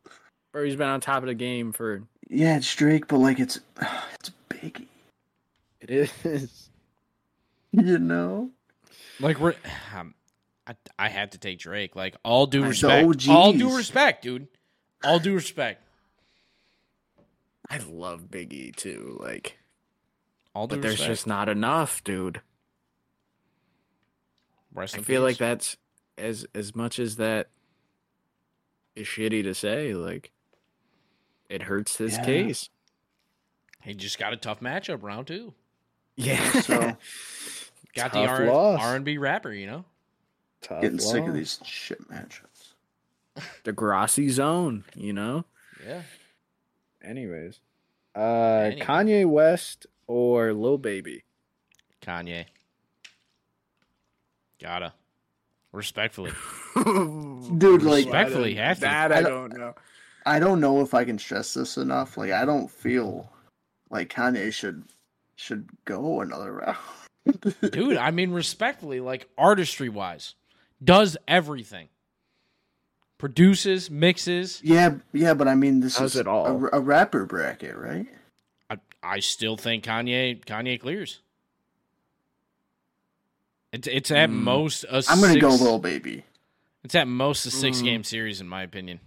Speaker 4: Or he's been on top of the game for
Speaker 3: Yeah, it's Drake, but like it's it's Biggie.
Speaker 4: it is.
Speaker 3: You know,
Speaker 1: Like we're, um, I I had to take Drake. Like all due
Speaker 3: I
Speaker 1: respect,
Speaker 3: know,
Speaker 1: all due
Speaker 3: jeez.
Speaker 1: respect, dude. All due respect.
Speaker 4: I love Biggie too, like,
Speaker 1: All due
Speaker 4: but there's
Speaker 1: respect.
Speaker 4: just not enough, dude.
Speaker 1: Rest
Speaker 4: I
Speaker 1: in
Speaker 4: feel
Speaker 1: peace.
Speaker 4: like that's as as much as that is shitty to say. Like, it hurts this
Speaker 3: Yeah.
Speaker 4: case.
Speaker 1: He just got a tough matchup round two.
Speaker 4: Yeah.
Speaker 3: So-
Speaker 1: Got
Speaker 4: Tough
Speaker 1: the R
Speaker 4: loss.
Speaker 1: and B rapper, you know.
Speaker 4: Tough
Speaker 3: getting sick of
Speaker 4: loss.
Speaker 3: these shit matchups.
Speaker 4: The Grassi zone, you know.
Speaker 1: Yeah.
Speaker 4: Anyways, uh,
Speaker 1: Anyway.
Speaker 4: Kanye West or Lil Baby.
Speaker 1: Kanye. Gotta. Respectfully.
Speaker 3: Dude, like-
Speaker 1: Respectfully, have to.
Speaker 4: that I
Speaker 3: I
Speaker 4: don't know.
Speaker 3: I don't know if I can stress this enough. Like I don't feel like Kanye should should go another round.
Speaker 1: Dude, I mean respectfully, like artistry wise. Does everything. Produces, mixes.
Speaker 3: yeah, yeah, but I mean this
Speaker 4: How's
Speaker 3: is
Speaker 4: it all?
Speaker 3: A, a rapper bracket, right?
Speaker 1: I, I still think Kanye Kanye clears. It's, it's at
Speaker 4: Mm.
Speaker 1: most a
Speaker 3: I'm gonna
Speaker 1: six,
Speaker 3: go little baby.
Speaker 1: It's at most a six
Speaker 4: Mm.
Speaker 1: game series in my opinion.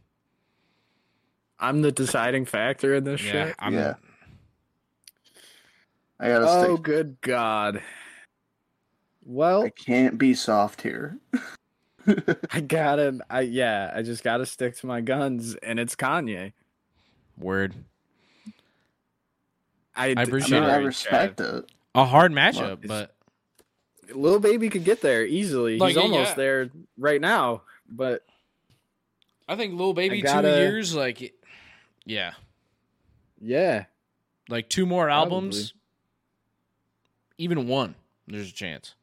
Speaker 4: I'm the deciding factor in this
Speaker 1: Yeah,
Speaker 4: shit.
Speaker 1: I'm,
Speaker 3: Yeah. I gotta
Speaker 4: Oh,
Speaker 3: stick.
Speaker 4: good God. Well,
Speaker 3: I can't be soft here.
Speaker 4: I gotta, I, yeah, I just gotta stick to my guns, and it's Kanye.
Speaker 1: Word.
Speaker 4: I, d-
Speaker 1: appreciate
Speaker 3: I,
Speaker 1: Shit,
Speaker 3: mean,
Speaker 4: not
Speaker 3: I
Speaker 1: alright,
Speaker 3: respect it.
Speaker 1: A hard matchup,
Speaker 3: it's-
Speaker 1: but
Speaker 4: Little baby could get there easily.
Speaker 1: Like,
Speaker 4: He's
Speaker 1: yeah,
Speaker 4: almost
Speaker 1: yeah.
Speaker 4: there right now, but
Speaker 1: I think little baby
Speaker 4: gotta-
Speaker 1: two years, like, yeah,
Speaker 4: yeah,
Speaker 1: like two more albums, even one, there's a chance.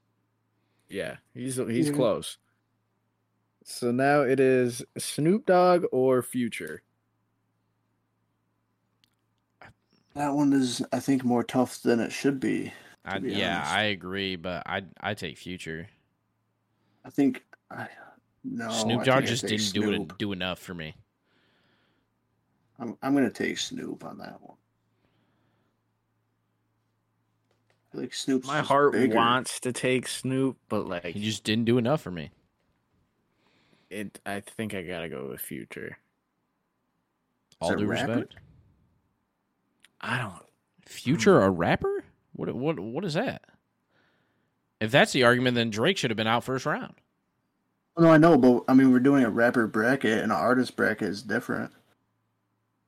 Speaker 4: yeah, he's he's
Speaker 3: Mhm.
Speaker 4: close. So now it is Snoop Dogg or Future.
Speaker 3: That one is, I think, more tough than it should be.
Speaker 1: I,
Speaker 3: be
Speaker 1: yeah,
Speaker 3: honest.
Speaker 1: I agree, but I I take future.
Speaker 3: I think. I, no, I
Speaker 1: Snoop
Speaker 3: think
Speaker 1: Dogg
Speaker 3: I
Speaker 1: just
Speaker 3: take
Speaker 1: didn't do
Speaker 3: Snoop.
Speaker 1: it do enough for me.
Speaker 3: I'm, I'm gonna take Snoop on that one. I Like Snoop's
Speaker 4: My
Speaker 3: just
Speaker 4: heart
Speaker 3: bigger.
Speaker 4: wants to take Snoop, but like
Speaker 1: He just didn't do enough for me.
Speaker 4: it, I think I gotta go with Future.
Speaker 1: All
Speaker 3: it
Speaker 1: due
Speaker 3: rapper?
Speaker 1: respect.
Speaker 4: I don't.
Speaker 1: Future a rapper? What what what is that? If that's the argument, then Drake should have been out first round.
Speaker 3: No, I know, but I mean, we're doing a rapper bracket, and an artist bracket is different.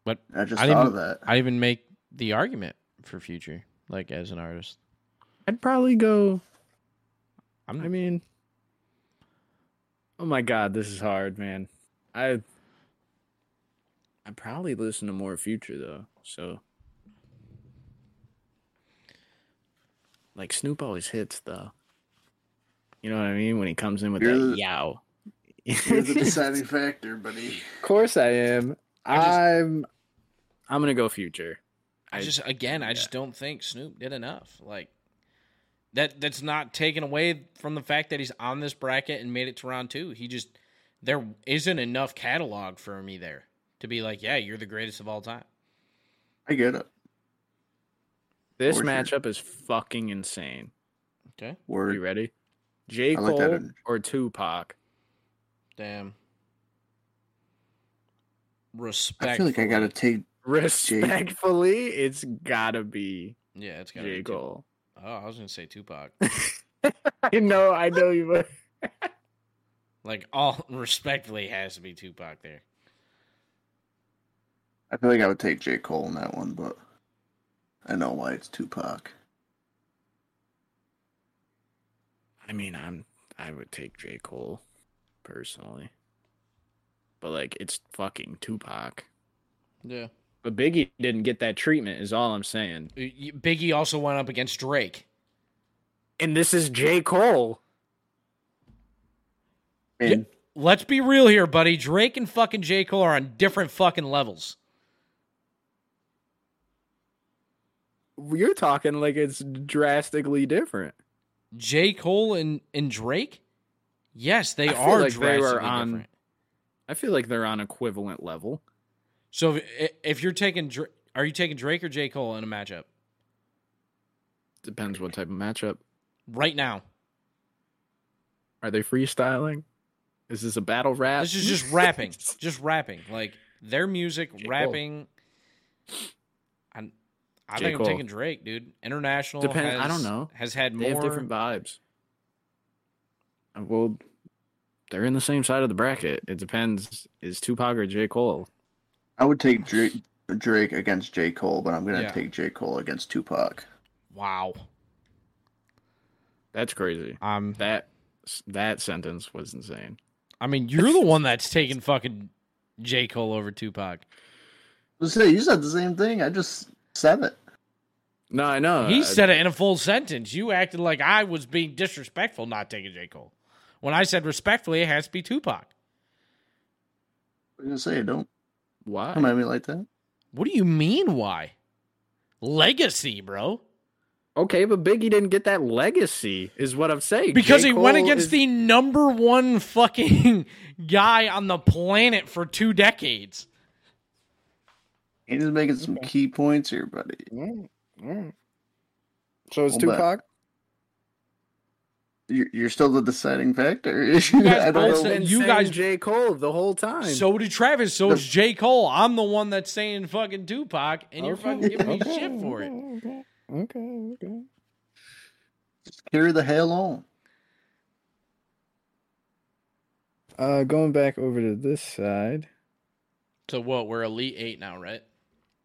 Speaker 1: But
Speaker 3: I just
Speaker 1: I
Speaker 3: thought
Speaker 1: didn't-
Speaker 3: of that.
Speaker 1: I even make the argument for future, like as an artist.
Speaker 4: I'd probably go.
Speaker 1: I'm
Speaker 4: I mean, oh my god, this is hard, man. I I probably listen to more Future though, so like Snoop always hits though. You know what I mean when he comes in with
Speaker 3: You're
Speaker 4: that
Speaker 3: the-
Speaker 4: yow.
Speaker 3: You're the deciding factor, buddy.
Speaker 4: of course I am.
Speaker 1: I just-
Speaker 4: I'm I'm gonna go Future.
Speaker 1: I just again, I just don't think Snoop did enough. Like that that's not taken away from the fact that he's on this bracket and made it to round 2. He just there isn't enough catalog for me there to be like, yeah, you're the greatest of all time.
Speaker 3: I get it.
Speaker 4: This
Speaker 3: For sure.
Speaker 4: matchup is fucking insane.
Speaker 1: Okay.
Speaker 4: Are
Speaker 3: Word.
Speaker 4: you ready? J.
Speaker 3: I like that
Speaker 4: Cole
Speaker 3: energy.
Speaker 4: or Tupac?
Speaker 1: Damn.
Speaker 3: I
Speaker 1: Respect.
Speaker 3: feel like I gotta take.
Speaker 4: Respectfully, it's gotta be
Speaker 1: Yeah, it's got to
Speaker 4: J.
Speaker 1: be Tupac.
Speaker 4: Cole.
Speaker 1: Oh, I was going to say Tupac.
Speaker 4: I know, I know you. were-
Speaker 1: like all respectfully has to be Tupac there.
Speaker 3: I feel like I would take J Cole in that one, but I know why it's Tupac.
Speaker 4: I mean, I'm. I would take J. Cole, personally. But like, it's fucking Tupac.
Speaker 1: Yeah.
Speaker 4: But Biggie didn't get that treatment. Is all I'm saying.
Speaker 1: Biggie also went up against Drake.
Speaker 4: And this is J. Cole.
Speaker 3: And
Speaker 1: Let's be real here, buddy. Drake and fucking J. Cole are on different fucking levels.
Speaker 4: You're talking like it's drastically different.
Speaker 1: J. Cole and, and Drake? Yes, they
Speaker 4: I feel
Speaker 1: are
Speaker 4: like they were
Speaker 1: drastically
Speaker 4: on-
Speaker 1: different.
Speaker 4: I feel like they're on equivalent level.
Speaker 1: So if, if you're taking Dra- are you taking Drake or J. Cole in a matchup
Speaker 4: Depends what type of matchup.
Speaker 1: right now?
Speaker 4: Are they freestyling? Is this a battle rap?
Speaker 1: This is just rapping. just rapping. Like their music,
Speaker 4: Cole.
Speaker 1: rapping. I'm, I
Speaker 4: J.
Speaker 1: think
Speaker 4: Cole.
Speaker 1: I'm taking Drake, dude. International.
Speaker 4: Depend-
Speaker 1: has,
Speaker 4: I don't know.
Speaker 1: Has had
Speaker 4: They
Speaker 1: more.
Speaker 4: have different vibes. Uh, Well, they're in the same side of the bracket. It depends. Is Tupac or J. Cole?
Speaker 3: I would take Drake, Drake against J Cole, but I'm gonna
Speaker 1: Yeah.
Speaker 3: take J Cole against Tupac.
Speaker 1: Wow.
Speaker 4: That's crazy.
Speaker 1: Um.
Speaker 4: That that sentence was insane.
Speaker 1: I mean, you're the one that's taking fucking J. Cole over Tupac.
Speaker 3: Let's say you said the same thing. I just said it.
Speaker 4: No, I know. Uh,
Speaker 1: He
Speaker 4: I-
Speaker 1: said it in a full sentence. You acted like I was being disrespectful not taking J. Cole. When I said respectfully, it has to be Tupac.
Speaker 3: I'm gonna say don't
Speaker 4: why.
Speaker 3: come at me like that.
Speaker 1: What do you mean, why? Legacy, bro.
Speaker 4: Okay, but Biggie didn't get that legacy, is what I'm saying.
Speaker 1: Because
Speaker 4: J.
Speaker 1: he went
Speaker 4: Cole
Speaker 1: against
Speaker 4: is-
Speaker 1: the number one fucking guy on the planet for two decades.
Speaker 3: He's making some key points here, buddy.
Speaker 4: Alright, alright. So it's
Speaker 3: Well, but-
Speaker 4: Tupac.
Speaker 3: You're, you're still the deciding factor. I
Speaker 1: but
Speaker 3: don't
Speaker 1: it's-
Speaker 3: know.
Speaker 1: and you
Speaker 4: you
Speaker 1: guys-
Speaker 4: guys, J Cole, the whole time.
Speaker 1: So did Travis. So is J. Cole. I'm the one that's saying fucking Tupac, and you're fucking giving me shit for it.
Speaker 4: Okay, okay.
Speaker 3: Carry the hell on.
Speaker 4: Uh, going back over to this side.
Speaker 1: So what? We're elite eight now, right?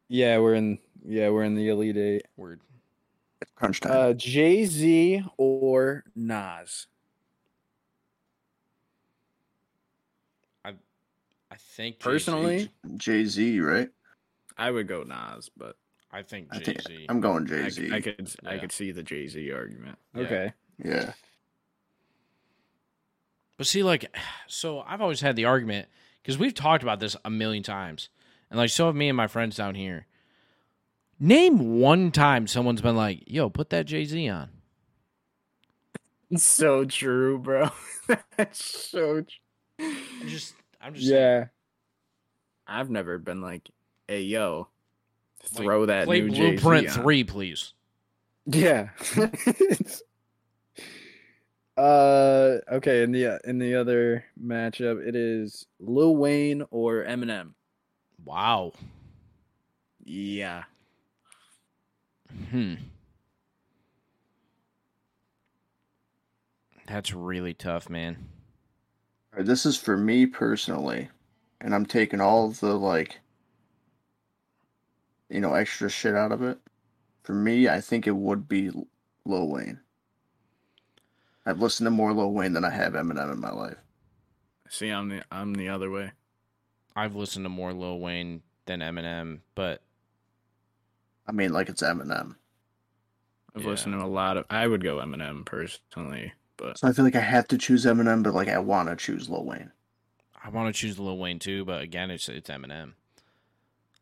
Speaker 4: Yeah, we're in. Yeah, we're in the elite eight.
Speaker 1: Word.
Speaker 3: It's crunch time.
Speaker 4: Uh, Jay Z or Nas?
Speaker 1: I think Jay-Z-
Speaker 4: Personally,
Speaker 3: Jay Z, right?
Speaker 4: I would go Nas, but
Speaker 1: I think
Speaker 3: I
Speaker 1: Jay
Speaker 3: think
Speaker 1: Z.
Speaker 3: I'm going Jay
Speaker 4: I,
Speaker 3: Z.
Speaker 4: I could I
Speaker 1: Yeah.
Speaker 4: could see the Jay Z argument.
Speaker 1: Yeah.
Speaker 4: Okay.
Speaker 3: Yeah.
Speaker 1: But see, like, so I've always had the argument because we've talked about this a million times, and like, so have me and my friends down here. Name one time someone's been like, "Yo, put that Jay Z on."
Speaker 4: So true, bro. That's so true.
Speaker 1: I'm just, I'm just, saying,
Speaker 4: Yeah. I've never been like, hey yo,
Speaker 1: like,
Speaker 4: throw that
Speaker 1: play
Speaker 4: new Jay-Z
Speaker 1: Blueprint
Speaker 4: on."
Speaker 1: Three, please.
Speaker 4: Yeah. uh okay, in the in the other matchup it is Lil Wayne or Eminem.
Speaker 1: Wow.
Speaker 4: Yeah.
Speaker 1: Hmm. That's really tough, man.
Speaker 3: All right, this is for me personally, and I'm taking all of the like, you know, extra shit out of it. For me, I think it would be L- Lil Wayne. I've listened to more Lil Wayne than I have Eminem in my life.
Speaker 4: See, I'm the I'm the other way.
Speaker 1: I've listened to more Lil Wayne than Eminem, but
Speaker 3: I mean, like it's Eminem,
Speaker 4: I've
Speaker 1: Yeah.
Speaker 4: listened to a lot of I would go Eminem personally, but
Speaker 3: so I feel like I have to choose Eminem, but like I want to choose Lil Wayne.
Speaker 1: I want to choose Lil Wayne too. But again, it's it's Eminem.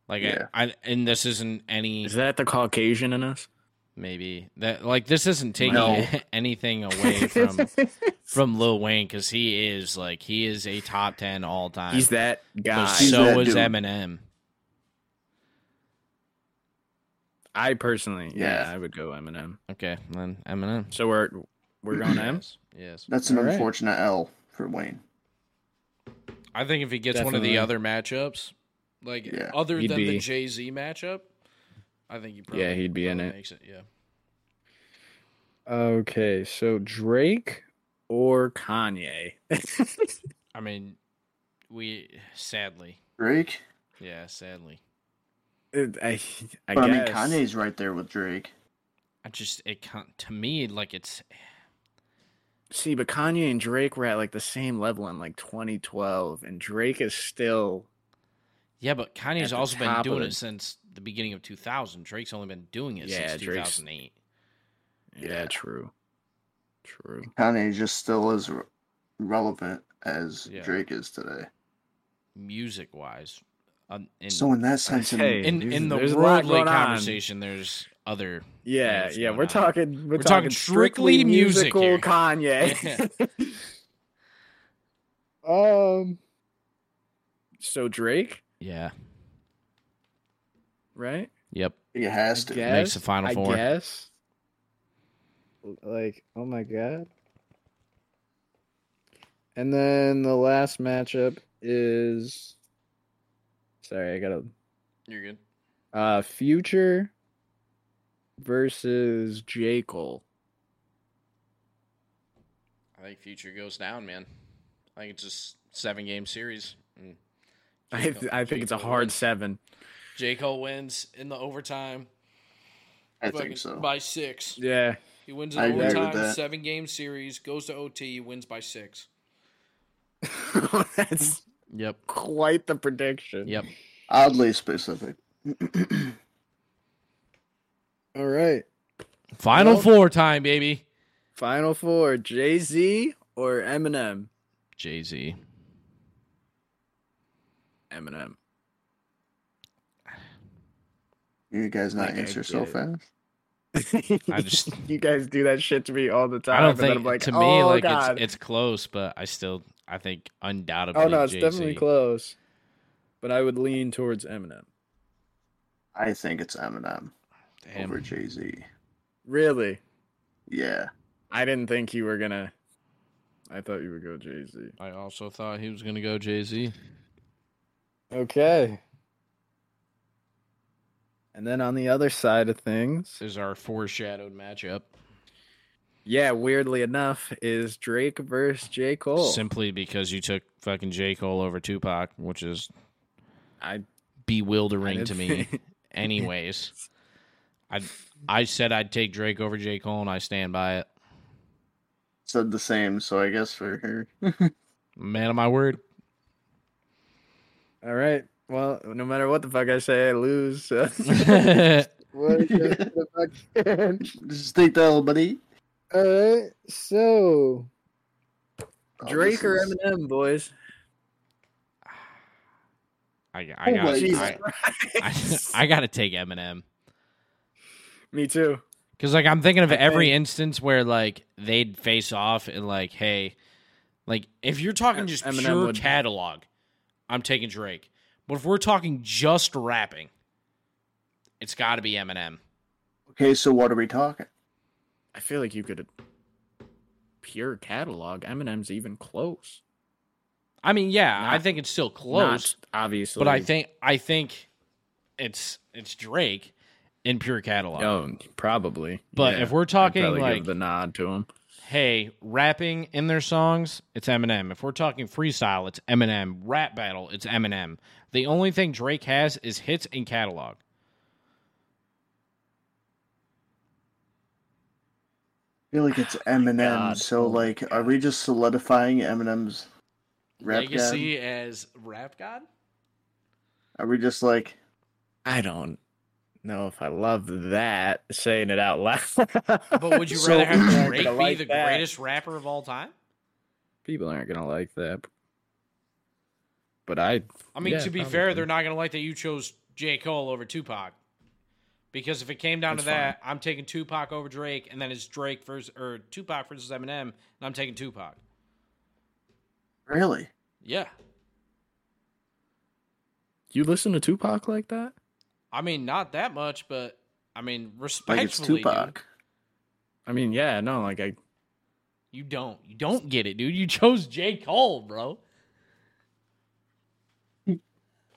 Speaker 1: Like
Speaker 3: Yeah.
Speaker 1: I, I, and this isn't any
Speaker 4: is that the Caucasian in us?
Speaker 1: maybe that like this isn't taking
Speaker 3: No.
Speaker 1: anything away from from Lil Wayne because he is like he is a top ten all time.
Speaker 4: He's that guy.
Speaker 1: But
Speaker 3: He's
Speaker 1: so
Speaker 3: that
Speaker 1: is
Speaker 3: dude.
Speaker 1: Eminem.
Speaker 4: I personally, yeah,
Speaker 3: Yeah.
Speaker 4: I would go Eminem.
Speaker 1: Okay, then Eminem.
Speaker 4: So we're we're going M.
Speaker 1: Yes. Yes.
Speaker 3: That's an
Speaker 4: All right.
Speaker 3: unfortunate L for Wayne.
Speaker 1: I think if he gets one of
Speaker 4: Definitely.
Speaker 1: the other matchups, like
Speaker 3: Yeah.
Speaker 1: other
Speaker 4: He'd
Speaker 1: than the
Speaker 4: be-
Speaker 1: Jay Z matchup, I think he probably
Speaker 4: Yeah, he'd be in
Speaker 1: probably
Speaker 4: it.
Speaker 1: Makes it. Yeah.
Speaker 4: Okay, so Drake or Kanye?
Speaker 1: I mean, we sadly,
Speaker 3: Drake,
Speaker 1: yeah, sadly,
Speaker 4: It- I, I
Speaker 3: but
Speaker 4: guess.
Speaker 3: I mean Kanye's right there with Drake.
Speaker 1: I just it can't, to me like it's
Speaker 4: See, but Kanye and Drake were at like the same level in like 2012, and Drake is still.
Speaker 1: yeah, but Kanye's
Speaker 4: the
Speaker 1: also been
Speaker 4: top of
Speaker 1: doing
Speaker 4: the-
Speaker 1: it since the beginning of 2000. Drake's only been doing it
Speaker 4: Yeah,
Speaker 1: since
Speaker 4: Drake's-
Speaker 1: 2008.
Speaker 4: Yeah,
Speaker 3: Yeah.
Speaker 4: true. True.
Speaker 3: Kanye just still as re- relevant as
Speaker 1: Yeah.
Speaker 3: Drake is today.
Speaker 1: Music wise, um, in,
Speaker 3: so in that sense, in-
Speaker 4: Hey.
Speaker 1: in,
Speaker 4: there's-
Speaker 1: in the
Speaker 4: there's a lot
Speaker 1: worldly
Speaker 4: going on.
Speaker 1: conversation, there's other
Speaker 4: Yeah,
Speaker 1: That's
Speaker 4: yeah,
Speaker 1: going
Speaker 4: we're
Speaker 1: on.
Speaker 4: talking we're,
Speaker 1: talking
Speaker 4: talking,
Speaker 1: strictly
Speaker 4: strictly
Speaker 1: music
Speaker 4: musical
Speaker 1: here.
Speaker 4: Kanye. um so Drake,
Speaker 1: yeah,
Speaker 4: right?
Speaker 1: yep,
Speaker 3: he has to.
Speaker 4: guess.
Speaker 1: makes the final
Speaker 4: I
Speaker 1: four.
Speaker 4: guess. Like, oh my god. And then the last matchup is Sorry, I got to
Speaker 1: You're good.
Speaker 4: uh Future versus J. Cole.
Speaker 1: I think Future goes down, man. I think it's just seven game series. and
Speaker 4: I,
Speaker 1: J. Cole-
Speaker 4: I
Speaker 1: J.
Speaker 4: think it's a
Speaker 1: Cole
Speaker 4: hard
Speaker 1: wins.
Speaker 4: seven.
Speaker 1: J Cole wins in the overtime.
Speaker 3: I
Speaker 1: fucking
Speaker 3: think so.
Speaker 1: By six.
Speaker 4: Yeah.
Speaker 1: He wins in
Speaker 3: I agree with
Speaker 1: overtime,
Speaker 3: that.
Speaker 1: seven game series, goes to OT, wins by six.
Speaker 4: That's
Speaker 1: Yep.
Speaker 4: quite the prediction.
Speaker 1: Yep.
Speaker 3: Oddly specific.
Speaker 4: All right.
Speaker 1: Final
Speaker 4: Well-
Speaker 1: four time, baby.
Speaker 4: Final four Jay Z or Eminem?
Speaker 1: Jay Z.
Speaker 4: Eminem.
Speaker 3: You guys not
Speaker 4: Like, I
Speaker 3: answer
Speaker 4: get
Speaker 3: so
Speaker 4: it.
Speaker 3: fast.
Speaker 1: I just-
Speaker 4: you guys do that shit to me all the time.
Speaker 1: I don't
Speaker 4: and then
Speaker 1: think
Speaker 4: I'm like,
Speaker 1: to me
Speaker 4: "Oh,
Speaker 1: like
Speaker 4: God."
Speaker 1: it's it's close, but I still I think undoubtedly
Speaker 4: Oh, no, it's
Speaker 1: Jay-Z.
Speaker 4: definitely close. But I would lean towards Eminem.
Speaker 3: I think it's Eminem
Speaker 1: Damn.
Speaker 3: over Jay Z.
Speaker 4: Really?
Speaker 3: Yeah,
Speaker 4: I didn't think you were gonna. I thought you would go Jay Z.
Speaker 1: I also thought he was going to go Jay Z.
Speaker 4: Okay. And then on the other side of things,
Speaker 1: Is our foreshadowed matchup
Speaker 4: yeah, weirdly enough, is Drake versus J Cole.
Speaker 1: simply because you took fucking J Cole over Tupac, which is
Speaker 4: I
Speaker 1: bewildering
Speaker 4: I
Speaker 1: to me.
Speaker 4: didn't-
Speaker 1: Anyways, I I said I'd take Drake over J Cole, and I stand by it.
Speaker 3: Said the same, so I guess for her.
Speaker 1: Man of my word.
Speaker 4: All right. Well, no matter what the fuck I say, I lose. So. What the fuck?
Speaker 3: Just take that, little buddy.
Speaker 4: All right. So
Speaker 3: Oh,
Speaker 4: Drake
Speaker 3: this
Speaker 4: or
Speaker 3: is-
Speaker 4: Eminem, boys.
Speaker 1: I, I
Speaker 3: Oh
Speaker 1: got
Speaker 3: my
Speaker 1: I,
Speaker 3: Jesus
Speaker 1: I,
Speaker 4: Christ.
Speaker 1: I got to take Eminem
Speaker 4: Me too.
Speaker 1: because like I'm thinking of
Speaker 4: I
Speaker 1: every
Speaker 4: think-
Speaker 1: instance where like they'd face off and like hey, like if you're talking
Speaker 4: Em-
Speaker 1: just
Speaker 4: Eminem
Speaker 1: pure
Speaker 4: would-
Speaker 1: catalog, I'm taking Drake. But if we're talking just rapping, it's got to be Eminem.
Speaker 3: Okay, so what are we talking?
Speaker 4: I feel like you could pure catalog. Eminem's even close.
Speaker 1: I mean, yeah, I
Speaker 4: Not-
Speaker 1: think it's still close,
Speaker 4: Close, obviously.
Speaker 1: but I think I think it's it's Drake in pure catalog.
Speaker 4: Oh, probably.
Speaker 1: But
Speaker 4: Yeah,
Speaker 1: if we're
Speaker 4: I'd
Speaker 1: talking,
Speaker 4: probably give
Speaker 1: like-
Speaker 4: the nod to him.
Speaker 1: hey, rapping in their songs, it's Eminem. If we're talking freestyle, it's Eminem. Rap battle, it's Eminem. The only thing Drake has is hits and catalog.
Speaker 3: I feel like it's Eminem.
Speaker 4: God.
Speaker 3: So,
Speaker 4: Oh my
Speaker 3: like, are we just solidifying Eminem's rap god?
Speaker 1: Legacy as rap god?
Speaker 3: Are we just like,
Speaker 4: I don't know if I love that saying it out loud.
Speaker 1: But would you
Speaker 3: So-
Speaker 1: rather have Drake be
Speaker 4: like
Speaker 1: the
Speaker 4: that.
Speaker 1: greatest rapper of all time?
Speaker 4: People aren't gonna like that. But I.
Speaker 1: I mean,
Speaker 4: Yeah,
Speaker 1: to be
Speaker 4: probably.
Speaker 1: fair, they're not going to like that you chose J. Cole over Tupac. Because if it came down
Speaker 4: That's
Speaker 1: to that, I'm taking Tupac over Drake, and then it's Drake versus or Tupac versus Eminem, and I'm taking Tupac.
Speaker 3: really?
Speaker 1: Yeah,
Speaker 4: You listen to Tupac like that?
Speaker 1: I mean not that much, but I mean
Speaker 3: Like, it's
Speaker 1: respectfully, dude,
Speaker 3: Tupac.
Speaker 4: I mean, yeah, no, like I
Speaker 1: you don't you don't get it, dude. You chose J. Cole, bro.
Speaker 4: I,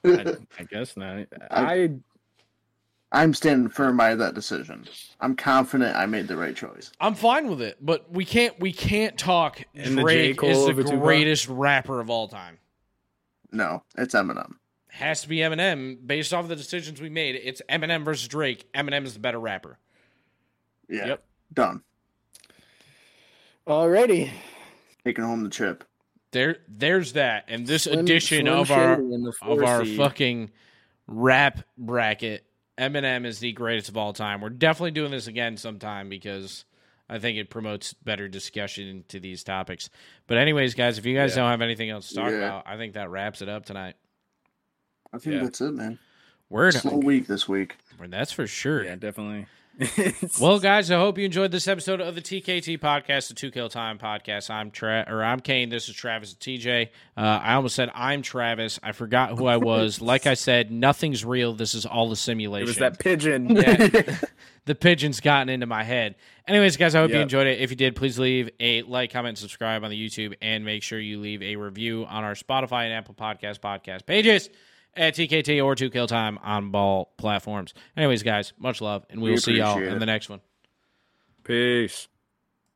Speaker 4: I guess not. I
Speaker 3: I'm standing firm by that decision. I'm confident I made the right choice.
Speaker 1: I'm fine with it, but we can't we can't talk
Speaker 4: And the J.
Speaker 1: Drake
Speaker 4: Cole
Speaker 1: is the
Speaker 4: over Tupac?
Speaker 1: greatest rapper of all time.
Speaker 3: No, it's Eminem.
Speaker 1: Has to be Eminem based off the decisions we made. It's Eminem versus Drake. Eminem is the better rapper.
Speaker 3: Yeah.
Speaker 4: Yep.
Speaker 3: Done.
Speaker 4: already
Speaker 3: Taking home the chip.
Speaker 1: There, there's that, and this edition of our of our fucking rap bracket, Eminem is the greatest of all time. We're definitely doing this again sometime because I think it promotes better discussion into these topics. But anyways, guys, if you guys
Speaker 4: Yeah.
Speaker 1: don't have anything else to talk
Speaker 3: Yeah.
Speaker 1: about, I think that wraps it up tonight.
Speaker 3: I think
Speaker 4: Yeah.
Speaker 3: that's it, man.
Speaker 1: Word,
Speaker 3: Slow week this week.
Speaker 1: that's for sure.
Speaker 4: yeah, definitely.
Speaker 1: Well, guys, I hope you enjoyed this episode of the TKT podcast, the Two Kill Time podcast. I'm Tra- or I'm Kane. This is Travis and TJ. Uh, I almost said I'm Travis. I forgot who I was. Like I said, nothing's real. This is all a
Speaker 4: it
Speaker 1: simulation.
Speaker 4: was that pigeon.
Speaker 1: the pigeon's gotten into my head. Anyways, guys, I hope you
Speaker 4: Yep.
Speaker 1: enjoyed it. If you did, please leave a like, comment, subscribe on the YouTube, and make sure you leave a review on our Spotify and Apple Podcast podcast pages at TKT or 2 Kill Time on all platforms. Anyways, guys, much love, and we
Speaker 3: We
Speaker 1: will see y'all
Speaker 3: appreciate
Speaker 1: in
Speaker 3: it.
Speaker 1: the next one.
Speaker 4: Peace.